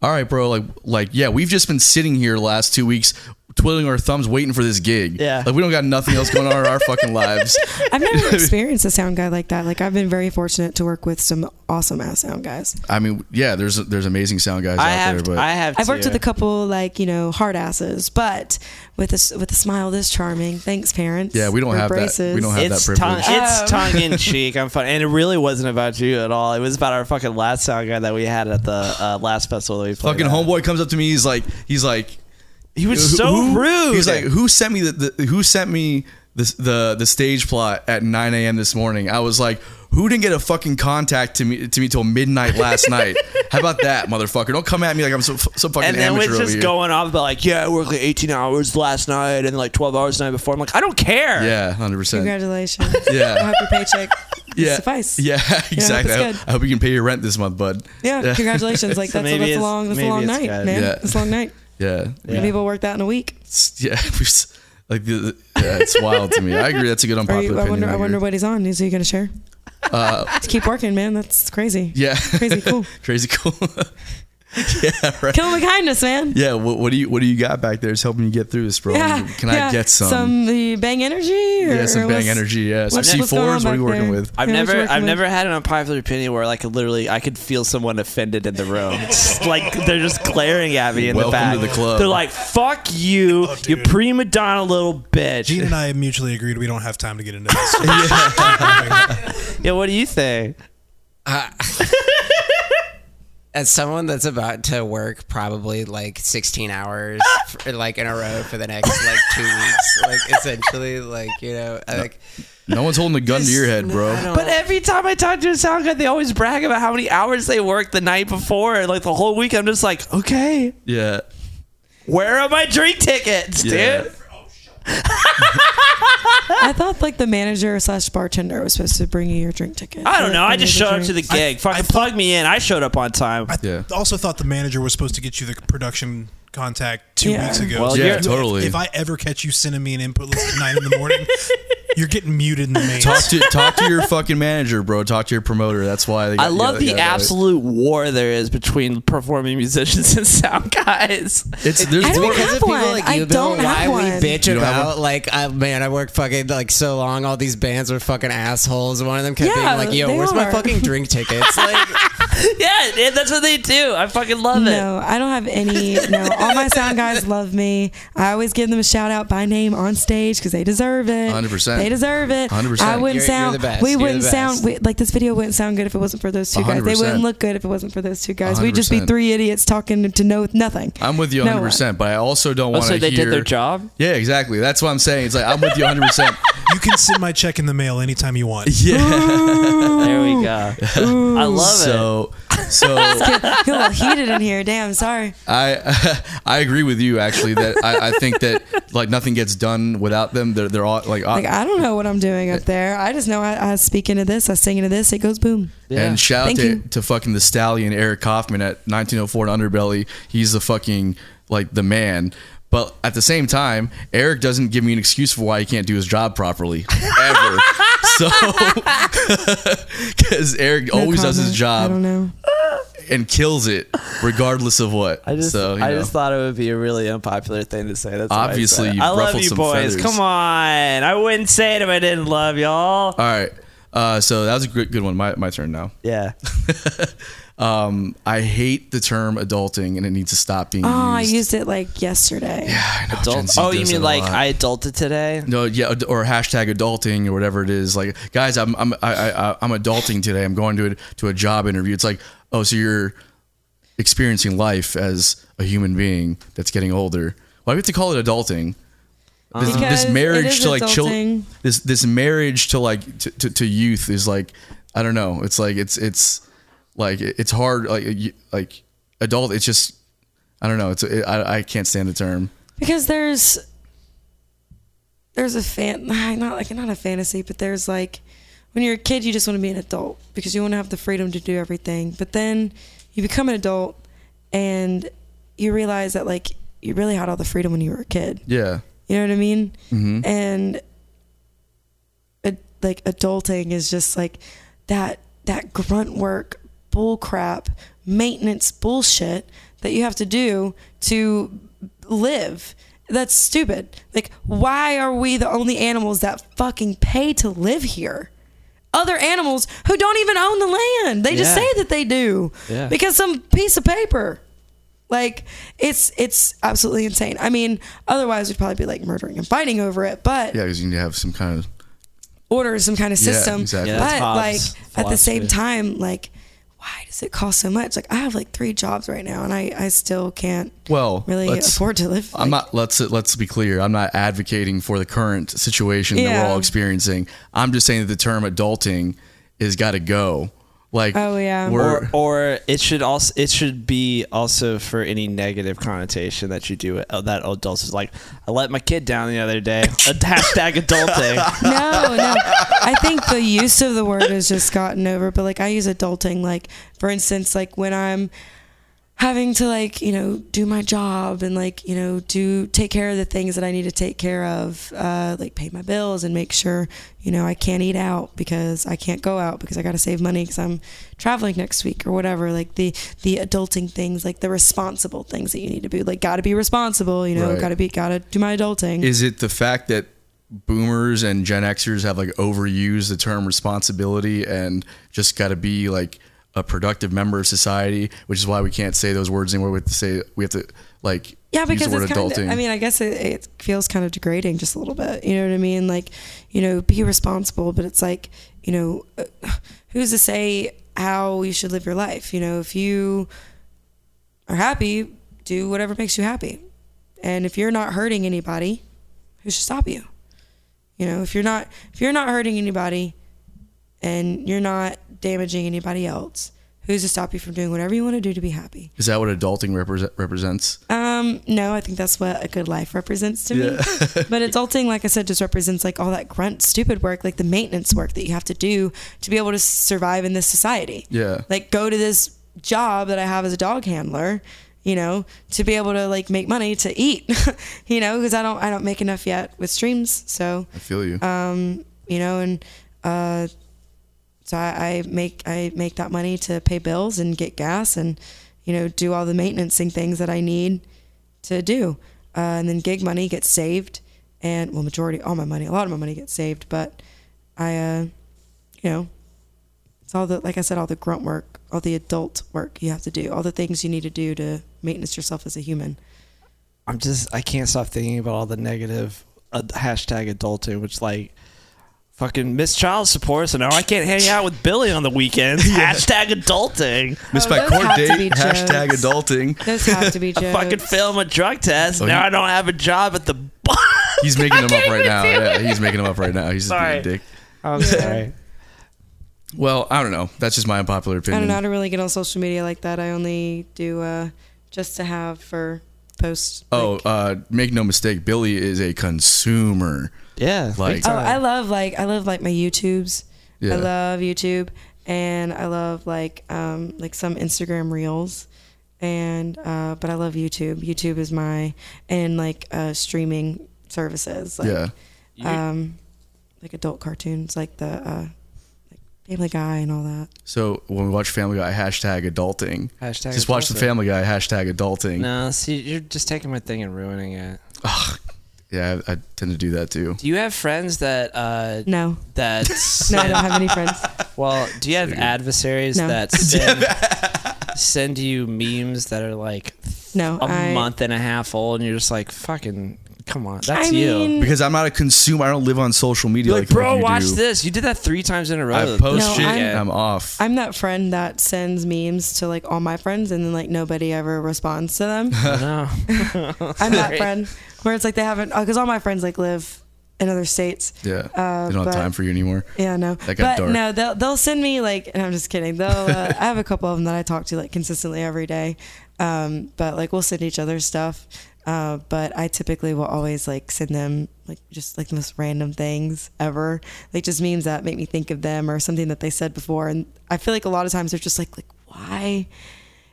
all right, bro, like like yeah, we've just been sitting here the last two weeks twiddling our thumbs waiting for this gig.
Yeah.
like we don't got nothing else
(laughs)
going on in our fucking lives.
I've never experienced a sound guy like that. Like I've been very fortunate to work with some awesome ass sound guys.
I mean, yeah, there's there's amazing sound guys
I
out
have.
there, but
I have.
I've worked
to.
with a couple like you know hard asses, but with a s- with a smile this charming. Thanks, parents.
yeah, we don't
Or
have that.
braces.
We don't have
It's
that
tongue.
privilege.
Um.
It's tongue
(laughs)
in cheek. I'm fun, and it really wasn't about you at all. It was about our fucking last sound guy that we had at the uh, last festival that we played.
Fucking
at.
homeboy comes up to me. He's like, he's like,
He was
Who-
so
who-
rude.
He's like, who sent me the, the who sent me this the the stage plot at 9 a.m. this morning? I was like, who didn't get a fucking contact to me to me till midnight
(laughs)
last night? How about that, motherfucker? Don't come at me like I'm so so fucking
and then
amateur
was
over
just
here.
going off about like, yeah, I worked like 18 hours last night and like 12 hours the night before. I'm like, I don't care.
yeah, hundred percent.
Congratulations.
(laughs) Yeah.
I hope your paycheck
(laughs) Yeah,
suffice.
yeah, (laughs) exactly. I,
good.
hope, I hope you can pay your rent this month, bud.
Yeah, congratulations.
(laughs)
Like
So
that's, a,
maybe
that's a
it's-
long that's a
maybe
long
it's
night,
good.
man.
Yeah.
It's a long night.
Yeah, yeah.
Maybe we'll work that in a week.
yeah (laughs) we've s- like the, the- yeah, it's wild to me. I agree. That's a good
(laughs) Are
unpopular
you, I
opinion.
wonder I
agree.
wonder what he's on. Is he gonna share?
(laughs) Uh,
(laughs) Just keep working, man. That's crazy.
yeah,
Crazy cool.
(laughs) crazy cool. yeah, right.
Kill him with kindness, man.
Yeah, what, what do you what do you got back there? Is helping you get through this, bro. Can I
yeah.
get some?
Some the bang energy? Or,
yeah, some
or
bang
what's-
energy. Yeah, some
what's-
C
what's going
fours.
on
What are you
back
working
there?
with?
I've
Yeah, what you
never,
working
I've
with?
never had an unpopular opinion where like literally I could feel someone offended in the
(laughs)
room. It's just like they're just glaring at me in the
Welcome
back.
to the club. Oh,
They're like, "Fuck you, you prima donna little bitch."
Gene and I mutually agreed we don't have time to get into
(laughs)
this.
Yeah, what do you think?
As someone that's about to work probably like 16
(laughs)
hours for, like in a row for the next like two weeks, like essentially like you know I, like
No one's holding a gun to your head,
No,
bro.
I don't-
But every time I talk to a sound guy, they always brag about how many hours they worked the night before, and like the whole week. I'm just like, okay,
Yeah,
where are my drink tickets,
Yeah.
dude?
I thought like the manager slash bartender was supposed to bring you your drink ticket.
I don't know. I just
Bring you
showed up to the
drink.
gig. Fucking plug me in. I showed up on time.
I
Yeah.
also thought the manager was supposed to get you the production contact two
Yeah.
weeks ago.
Well,
yeah,
you're-
totally.
If, I ever catch you sending me an input list at nine in the morning, you're getting muted in the main.
talk to talk to your fucking manager, bro. Talk to your promoter. That's why they. Got,
I love
yeah, they
the
got that.
absolute war there is between performing musicians (laughs) and sound guys. (laughs)
It's there's
I don't
more.
have
because of people
one.
like
I
you, Bill,
don't
why
have one.
we bitch
don't have
about like, uh, man, I worked fucking like so long. All these bands were fucking assholes. One of them kept
Yeah,
being like, "Yo,
they
where's my
are.
fucking
(laughs)
drink tickets?" Like,
yeah, yeah, that's what they do. I fucking love it.
No, I don't have any. No, all my
(laughs)
sound guys love me. I always give them a shout out by name on stage because they deserve it.
100%.
They deserve it.
100%.
I wouldn't
You're- you're
sound.
the best.
We
You're the
wouldn't
best.
sound we, like this video wouldn't sound good if it wasn't for those 2 guys. They
100%.
wouldn't look good if it wasn't for those two guys. We'd just be
100%.
three idiots talking to no nothing.
(laughs) I'm with you
No
100, percent but I also don't want
Also,
to hear.
Oh, they did their job.
Yeah, exactly. That's what I'm saying. It's like I'm with you 100. percent
You can send my check in the mail anytime
(laughs)
you want.
(laughs) There we (laughs) go. I (laughs) love it.
So, so
Get a little heated in here. Damn, sorry.
I (laughs) I agree with you actually that I, I think that like nothing gets done without them. They're they're all like, uh,
Like I don't know what I'm doing up there. I just know I, I speak into this. I sing into this. It goes boom.
And shout out
Thank
to,
you.
to fucking the stallion Eric Kaufman at 1904 and Underbelly. He's the fucking like the man. But at the same time, Eric doesn't give me an excuse for why he can't do his job properly
(laughs)
ever. so (laughs) because Eric
No
always does his
comment. I don't
job
know.
and kills it regardless of what.
I just,
so, you
I
know.
just thought it would be a really unpopular thing to say. That's why I
Obviously,
said it.
you've
I love
ruffled
you
some
boys.
feathers.
Come on, I wouldn't say it if I didn't love y'all.
All right. Uh, so that was a good, good one. My, my turn now.
Yeah.
Um, I hate the term adulting, and it needs to stop being
Oh, I
used.
used it like yesterday.
I know, Gen
Adult.
Z
Oh, you
does
mean
that a
like
lot.
I adulted today?
No, yeah, ad- or hashtag adulting or whatever it is. Like, guys, I'm I'm I, I, I- I'm adulting today. I'm going to a, to a job interview. It's like, oh, so you're experiencing life as a human being that's getting older. Why do we have to call it adulting? This,
Because
this
it
marriage
is
to like
adulting.
children, this this marriage to like to, to, to youth is like, I don't know. It's like it's it's like it's hard like you- like adult. It's just I don't know. It's it, I I can't stand the term.
because there's there's a fan (sighs) not like not a fantasy but there's like when you're a kid you just want to be an adult because you want to have the freedom to do everything but then you become an adult and you realize that like you really had all the freedom when you were a kid
Yeah.
you know what i mean
Mm-hmm.
and ad- like adulting is just like that that grunt work bull crap maintenance bullshit that you have to do to live that's stupid like why are we the only animals that fucking pay to live here other animals who don't even own the land they just
Yeah.
say that they do
Yeah.
because some piece of paper like it's it's absolutely insane i mean otherwise we'd probably be like murdering and fighting over it but
Yeah, because you need to have some kind of
order some kind of
Yeah,
system.
exactly.
Yeah, that's
but like
Hobbes'
at the
philosophy.
same time, like why does it cost so much? Like I have like three jobs right now, and I I still can't
Well,
really
let's-
afford to live.
I'm
like-
not. Let's let's be clear. I'm not advocating for the current situation that
Yeah.
we're all experiencing. I'm just saying that the term adulting has got to go. Like,
Oh, yeah.
we're,
Or, or it should also it should be also for any negative connotation that you do uh, that adults is like I let my kid down the other
(laughs)
day. A hashtag adulting.
no, no. I think the use of the word has just gotten over, but like I use adulting, like for instance, like when I'm having to like, you know, do my job and like, you know, do take care of the things that I need to take care of, uh, like pay my bills and make sure, you know, I can't eat out because I can't go out because I got to save money because I'm traveling next week or whatever. Like the, the adulting things, like the responsible things that you need to do, like got to be responsible, you know,
Right.
got to be, got to do my adulting.
is it the fact that boomers and Gen Xers have like overused the term responsibility and just got to be like a productive member of society, which is why we can't say those words anymore. We have to say we have to like
Yeah,
use
because
the word
it's kind
adulting.
of. I mean, I guess it, it feels kind of degrading, just a little bit. You know what I mean? Like, you know, be responsible, but it's like, you know, uh, who's to say how you should live your life? You know, if you are happy, do whatever makes you happy, and if you're not hurting anybody, who should stop you? You know, if you're not if you're not hurting anybody, and you're not damaging anybody else, who's to stop you from doing whatever you want to do to be happy?
is that what adulting represent, represents?
Um, no, I think that's what a good life represents to me. but adulting, like I said, just represents like all that grunt, stupid work, like the maintenance work that you have to do to be able to survive in this society.
Yeah.
Like go to this job that I have as a dog handler, you know, to be able to like make money to eat, (laughs) you know, because I don't I don't make enough yet with streams, so
I feel you.
Uh, you know, and uh, so I, I make I make that money to pay bills and get gas and you know do all the maintenancing things that I need to do, uh, and then gig money gets saved, and well, majority all my money, a lot of my money gets saved, but I, uh, you know, it's all the like I said, all the grunt work, all the adult work you have to do, all the things you need to do to maintenance yourself as a human.
I'm just I can't stop thinking about all the negative uh, hashtag adulting, which like fucking miss child support, so now I can't hang out with Billy on the
(laughs)
weekends. Hashtag adulting.
Miss
Oh,
my
those
court
have to be
date. (laughs) Hashtag
jokes.
adulting.
Those have to be jokes.
I fucking (laughs) failed my drug test.
Oh,
now
you-
I don't have a job at the (laughs) bar.
(laughs) He's making
(laughs)
them up
can't
right
even
now.
do
Yeah, he's making them up right now. He's just being
Sorry.
a dick.
I'm sorry.
Well, I don't know. That's just my unpopular
I
opinion.
don't know how to really get on social media like that. I only do uh, just to have for posts.
Oh,
like-
uh, make no mistake, Billy is a consumer.
Yeah.
Like,
oh, I love like I love like my YouTubes.
Yeah.
I love YouTube, and I love like um, like some Instagram reels, and uh, but I love YouTube. YouTube is my and like uh, streaming services. Like,
yeah,
Um, like adult cartoons, like the uh, like Family Guy and all that.
So when we watch Family Guy, hashtag adulting.
Hashtag
just watch the
adulting.
Family Guy, hashtag adulting.
No, see, you're just taking my thing and ruining it.
Yeah, I, I tend to do that too.
Do you have friends that uh,
No,
that
(laughs) no, I don't have any friends.
well? Do you have adversaries
No. (laughs)
that send, send you memes that are like
No,
(laughs) a
I-
month and a half old, and you're just like, fucking, come on, that's
I
you.
mean,
Because I'm not a consumer. I don't live on social media
You're
like,
like, bro,
you
watch
do.
this. You did that three times in a row.
I post
No,
shit.
I'm-
and I'm off.
I'm that friend that sends memes to like all my friends and then like nobody ever responds to
(laughs)
them.
no.
I'm that
Sorry.
friend where it's like they haven't because all my friends like live in other states.
yeah,
uh,
they don't
but-
have time for you anymore.
Yeah, no.
That got
but
dark.
no, they'll they'll send me like, and I'm just kidding. They'll uh,
(laughs)
I have a couple of them that I talk to like consistently every day. Um, but like we'll send each other stuff. Uh, but I typically will always like send them like just like the most random things ever, like just memes that make me think of them or something that they said before. And I feel like a lot of times they're just like like why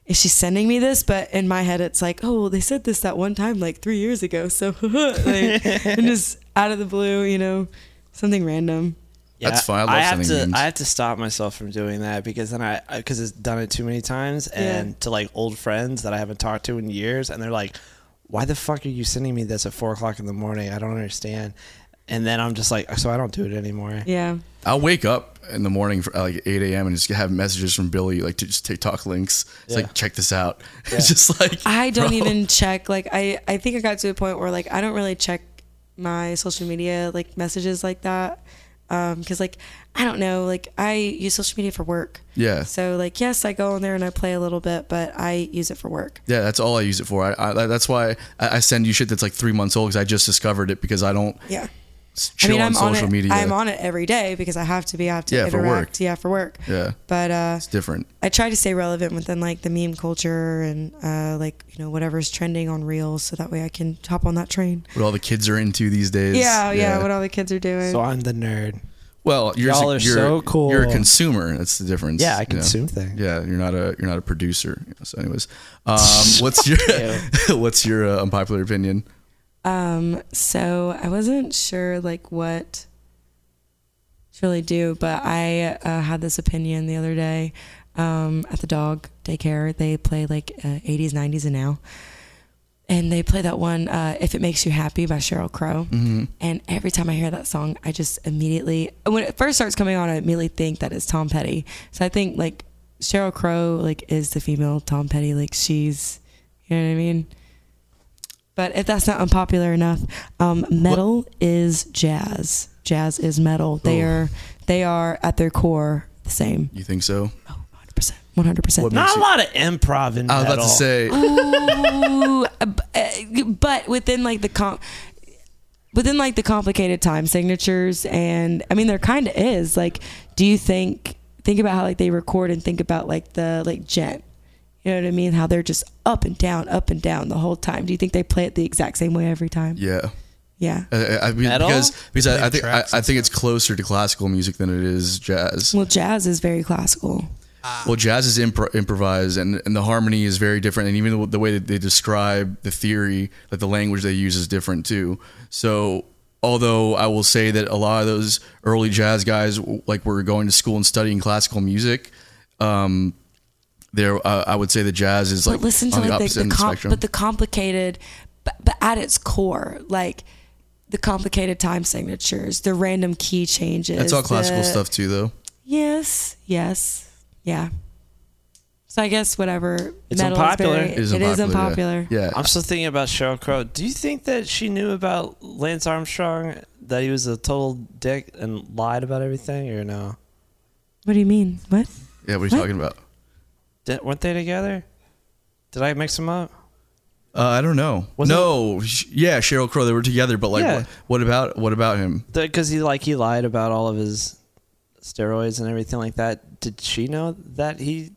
is she sending me this? But in my head, it's like, oh, well, they said this that one time like three years ago. So (laughs) like,
(laughs)
and just out of the blue, you know, something random.
That's fine. I love
have
sending
to.
memes.
I have to stop myself from doing that because then I because it's done it too many times and to like old friends that I haven't talked to in years, and they're like, "Why the fuck are you sending me this at four o'clock in the morning? I don't understand." And then I'm just like, so I don't do it anymore.
Yeah.
I'll wake up in the morning for like 8 a.m. and just have messages from Billy, like to just TikTok links. It's
Yeah.
like, (laughs) check this out. It's just like,
I don't
bro.
even check. Like I, I think I got to a point where like I don't really check my social media like messages like that. Um, cause like I don't know, like I use social media for work.
Yeah.
So like yes, I go on there and I play a little bit, but I use it for work.
Yeah, that's all I use it for. I, I that's why I, I send you shit that's like three months old because I just discovered it because I don't
Yeah.
s- chill on social
it.
media.
I'm on it every day because I have to be. I have to
Yeah, for
interact.
work.
Yeah, for work.
Yeah.
But uh,
It's different.
I try to stay relevant within like the meme culture and uh, like you know whatever's trending on Reels, so that way I can hop on that train.
What all the kids are into these days.
Yeah, yeah, what all the kids are doing.
So I'm the nerd.
well, you're,
Y'all
a-
are
you're-
so cool.
You're a consumer. That's the difference.
Yeah, I
you know?
consume things.
Yeah, you're not a you're not a producer. So, anyways, um, what's your (laughs) what's your uh, unpopular opinion?
Um, so I wasn't sure like what to really do, but I uh, had this opinion the other day um, at the dog daycare. They play like uh, 80s, 90s, and now. And they play that one, uh, If It Makes You Happy by Cheryl Crow. And every time I hear that song, I just immediately, when it first starts coming on, I immediately think that it's Tom Petty. So I think like Cheryl Crow like is the female Tom Petty. Like she's, you know what I mean? But if that's not unpopular enough, um, metal is jazz. Jazz is metal. They are they are at their core the same.
You think so?
Oh, 100%. 100%.
(laughs)
What
Not a lot of improv in
I
metal.
was about to say (gasps)
Ooh, uh, b- uh, but within like the com- within like the complicated time signatures and I mean there kind of is like do you think think about how like they record and think about like the like gent you know what I mean how they're just up and down up and down the whole time do you think they play it the exact same way every time
yeah.
yeah
Uh, I mean,
Metal?
because because I, I
Playing
think I,
tracks
I
and
think it's closer to classical music than it is jazz.
well jazz is very classical
Well, jazz is impro- improvised, and, and the harmony is very different, and even the, the way that they describe the theory, like the language they use, is different too. So, although I will say that a lot of those early jazz guys, w- like were going to school and studying classical music, um, there uh, I would say that jazz is like
but listen to
on the
like the,
opposite
the,
end of the
com-
spectrum.
but the complicated but, but at its core like the complicated time signatures the random key changes
That's all classical
the-
stuff too, though.
yes yes yeah so i guess whatever
It's
metal
unpopular.
is very, it is unpopular
Yeah. yeah.
I'm still thinking about Cheryl Crow. Do you think that she knew about Lance Armstrong that he was a total dick and lied about everything, or no?
what do you mean what
yeah. What are you
What?
talking about?
Did, weren't they together? Did I mix them up?
Uh, I don't know.
Wasn't
no, sh- yeah, Cheryl Crow. They were together, but like,
Yeah.
what, what about what about him?
Because he like he lied about all of his steroids and everything like that. Did she know that he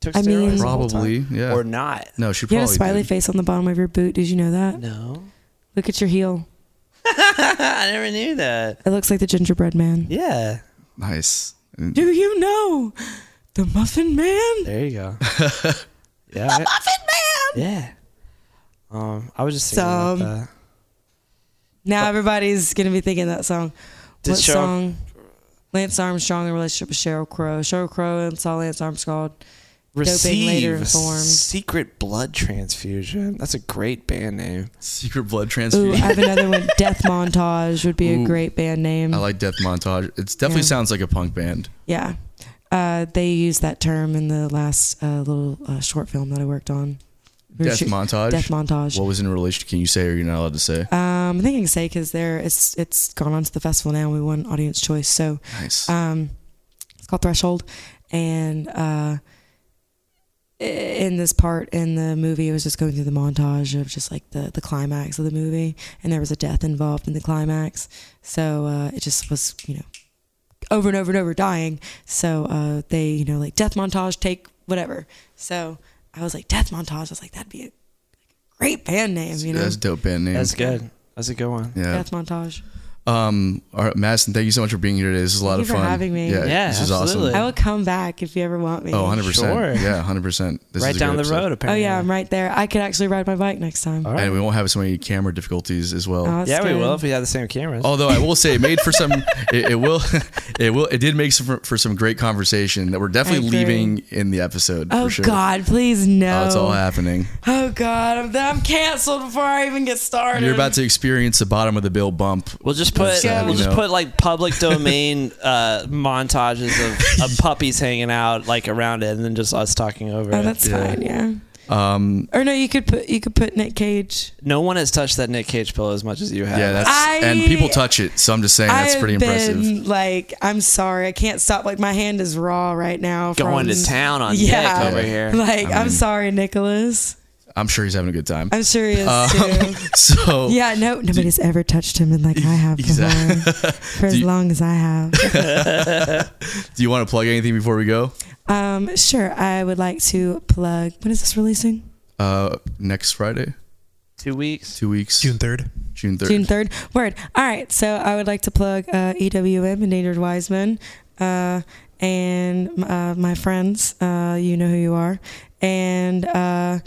took
I
steroids?
mean-
the whole
Probably,
time?
yeah.
Or not?
No, she
you
probably
had a smiley
did.
face on the bottom of your boot did you know that
No,
look at your heel
I never knew that.
it looks like the gingerbread man
Yeah,
Nice. And-
do you know the muffin man
there you
(laughs)
go. yeah, I-
muffin man
yeah. Um, I was just thinking
Some-
about that.
Now everybody's gonna be thinking that song.
Did
what
Cheryl-
song? Lance Armstrong in relationship with Cheryl Crow. Cheryl Crow and saw Lance Armstrong doping later
Receive
formed.
Secret Blood Transfusion. That's a great band name.
Secret blood
Ooh, I
transfusion.
have another one.
(laughs)
Death Montage would be
Ooh.
a great band name.
I like Death Montage. It definitely
Yeah.
sounds like a punk band.
yeah. Uh, they used that term in the last uh, little uh, short film that I worked on. We were
Death
shoot-
Montage.
Death Montage.
What was in relation? to- Can you say or you're not allowed to say?
Um, I think I can say because there it's it's gone on to the festival now. We won audience choice, so
Nice.
um, it's called Threshold. And uh, i- in this part in the movie, it was just going through the montage of just like the the climax of the movie, and there was a death involved in the climax. So uh, it just was you know over and over and over dying. So uh, they you know like death montage take whatever. So I was like death montage. I was like that'd be a great band name, you know.
That's a dope band name.
That's good. That's a good one.
yeah.
Death montage.
Um. All right, Madison. Thank you so much for being here today. This is a lot
Thank
of
you for
fun.
having me.
Yeah.
Yeah,
This is
absolutely.
awesome.
I will come back if you ever want me.
Oh, 100
Sure.
percent. Yeah, hundred percent.
right down the road,
Oh
apparently.
yeah, I'm right there. I could actually ride my bike next time.
All right.
And we won't have so many camera difficulties as well.
Oh, that's
yeah, we
good.
will if we had the same cameras.
Although I will say, it made for
(laughs)
some. It, it will. (laughs) It will. It did make some, for, for some great conversation that we're definitely
agree.
leaving in the episode.
Oh
for sure.
God, please no.
Oh, it's all happening.
Oh God, I'm, I'm canceled before I even get started.
You're about to experience the bottom of the bill bump.
We'll just put
Let's, uh,
we'll
you
just
know.
put like (laughs) public domain uh, montages of, of puppies hanging out like around it, and then just us talking over
Oh,
it.
that's fine. Yeah.
Um,
Or no, you could put you could put Nick Cage.
No one has touched that Nick Cage pillow as much as you have.
yeah, that's
I-
and people touch it, so I'm just saying that's
I've
pretty impressive.
Been, like, I'm sorry, I can't stop. Like, my hand is raw right now.
going
from-
to town on
Yeah.
Nick over here.
Like,
I
I'm
mean-
sorry, Nicholas.
I'm sure he's having a good time. (laughs)
I'm sure he is
Um,
too.
So
Yeah, no, nobody's ever touched him in like I have before,
Exact- (laughs)
for as
you-
long as I have.
do you want to plug anything before we go?
Um, sure. I would like to plug. When is this releasing?
Uh, next Friday,
Two weeks.
two weeks,
June third.
June third.
June third. Word. All right. So I would like to plug uh, EWM Endangered Wiseman, uh, and uh, my friends. Uh, you know who you are. And uh,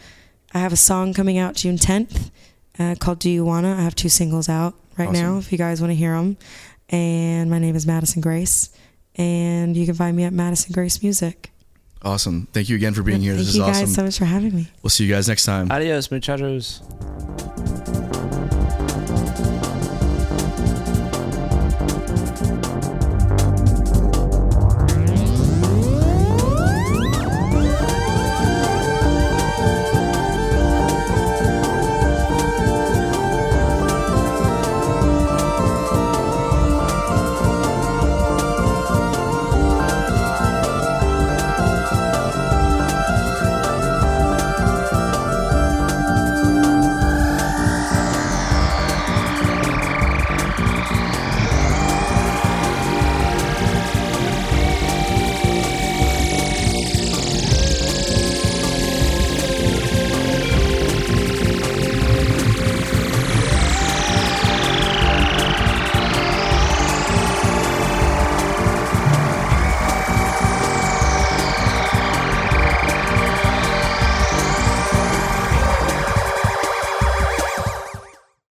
I have a song coming out June tenth uh, called "Do You Wanna." I have two singles out right now.
Awesome.
If you guys want to hear them. And my name is Madison Grace, and you can find me at Madison Grace Music.
Awesome. Thank you again for being here.
Thank
this is
you
awesome.
guys so much for having me.
we'll see you guys next time.
Adios, muchachos.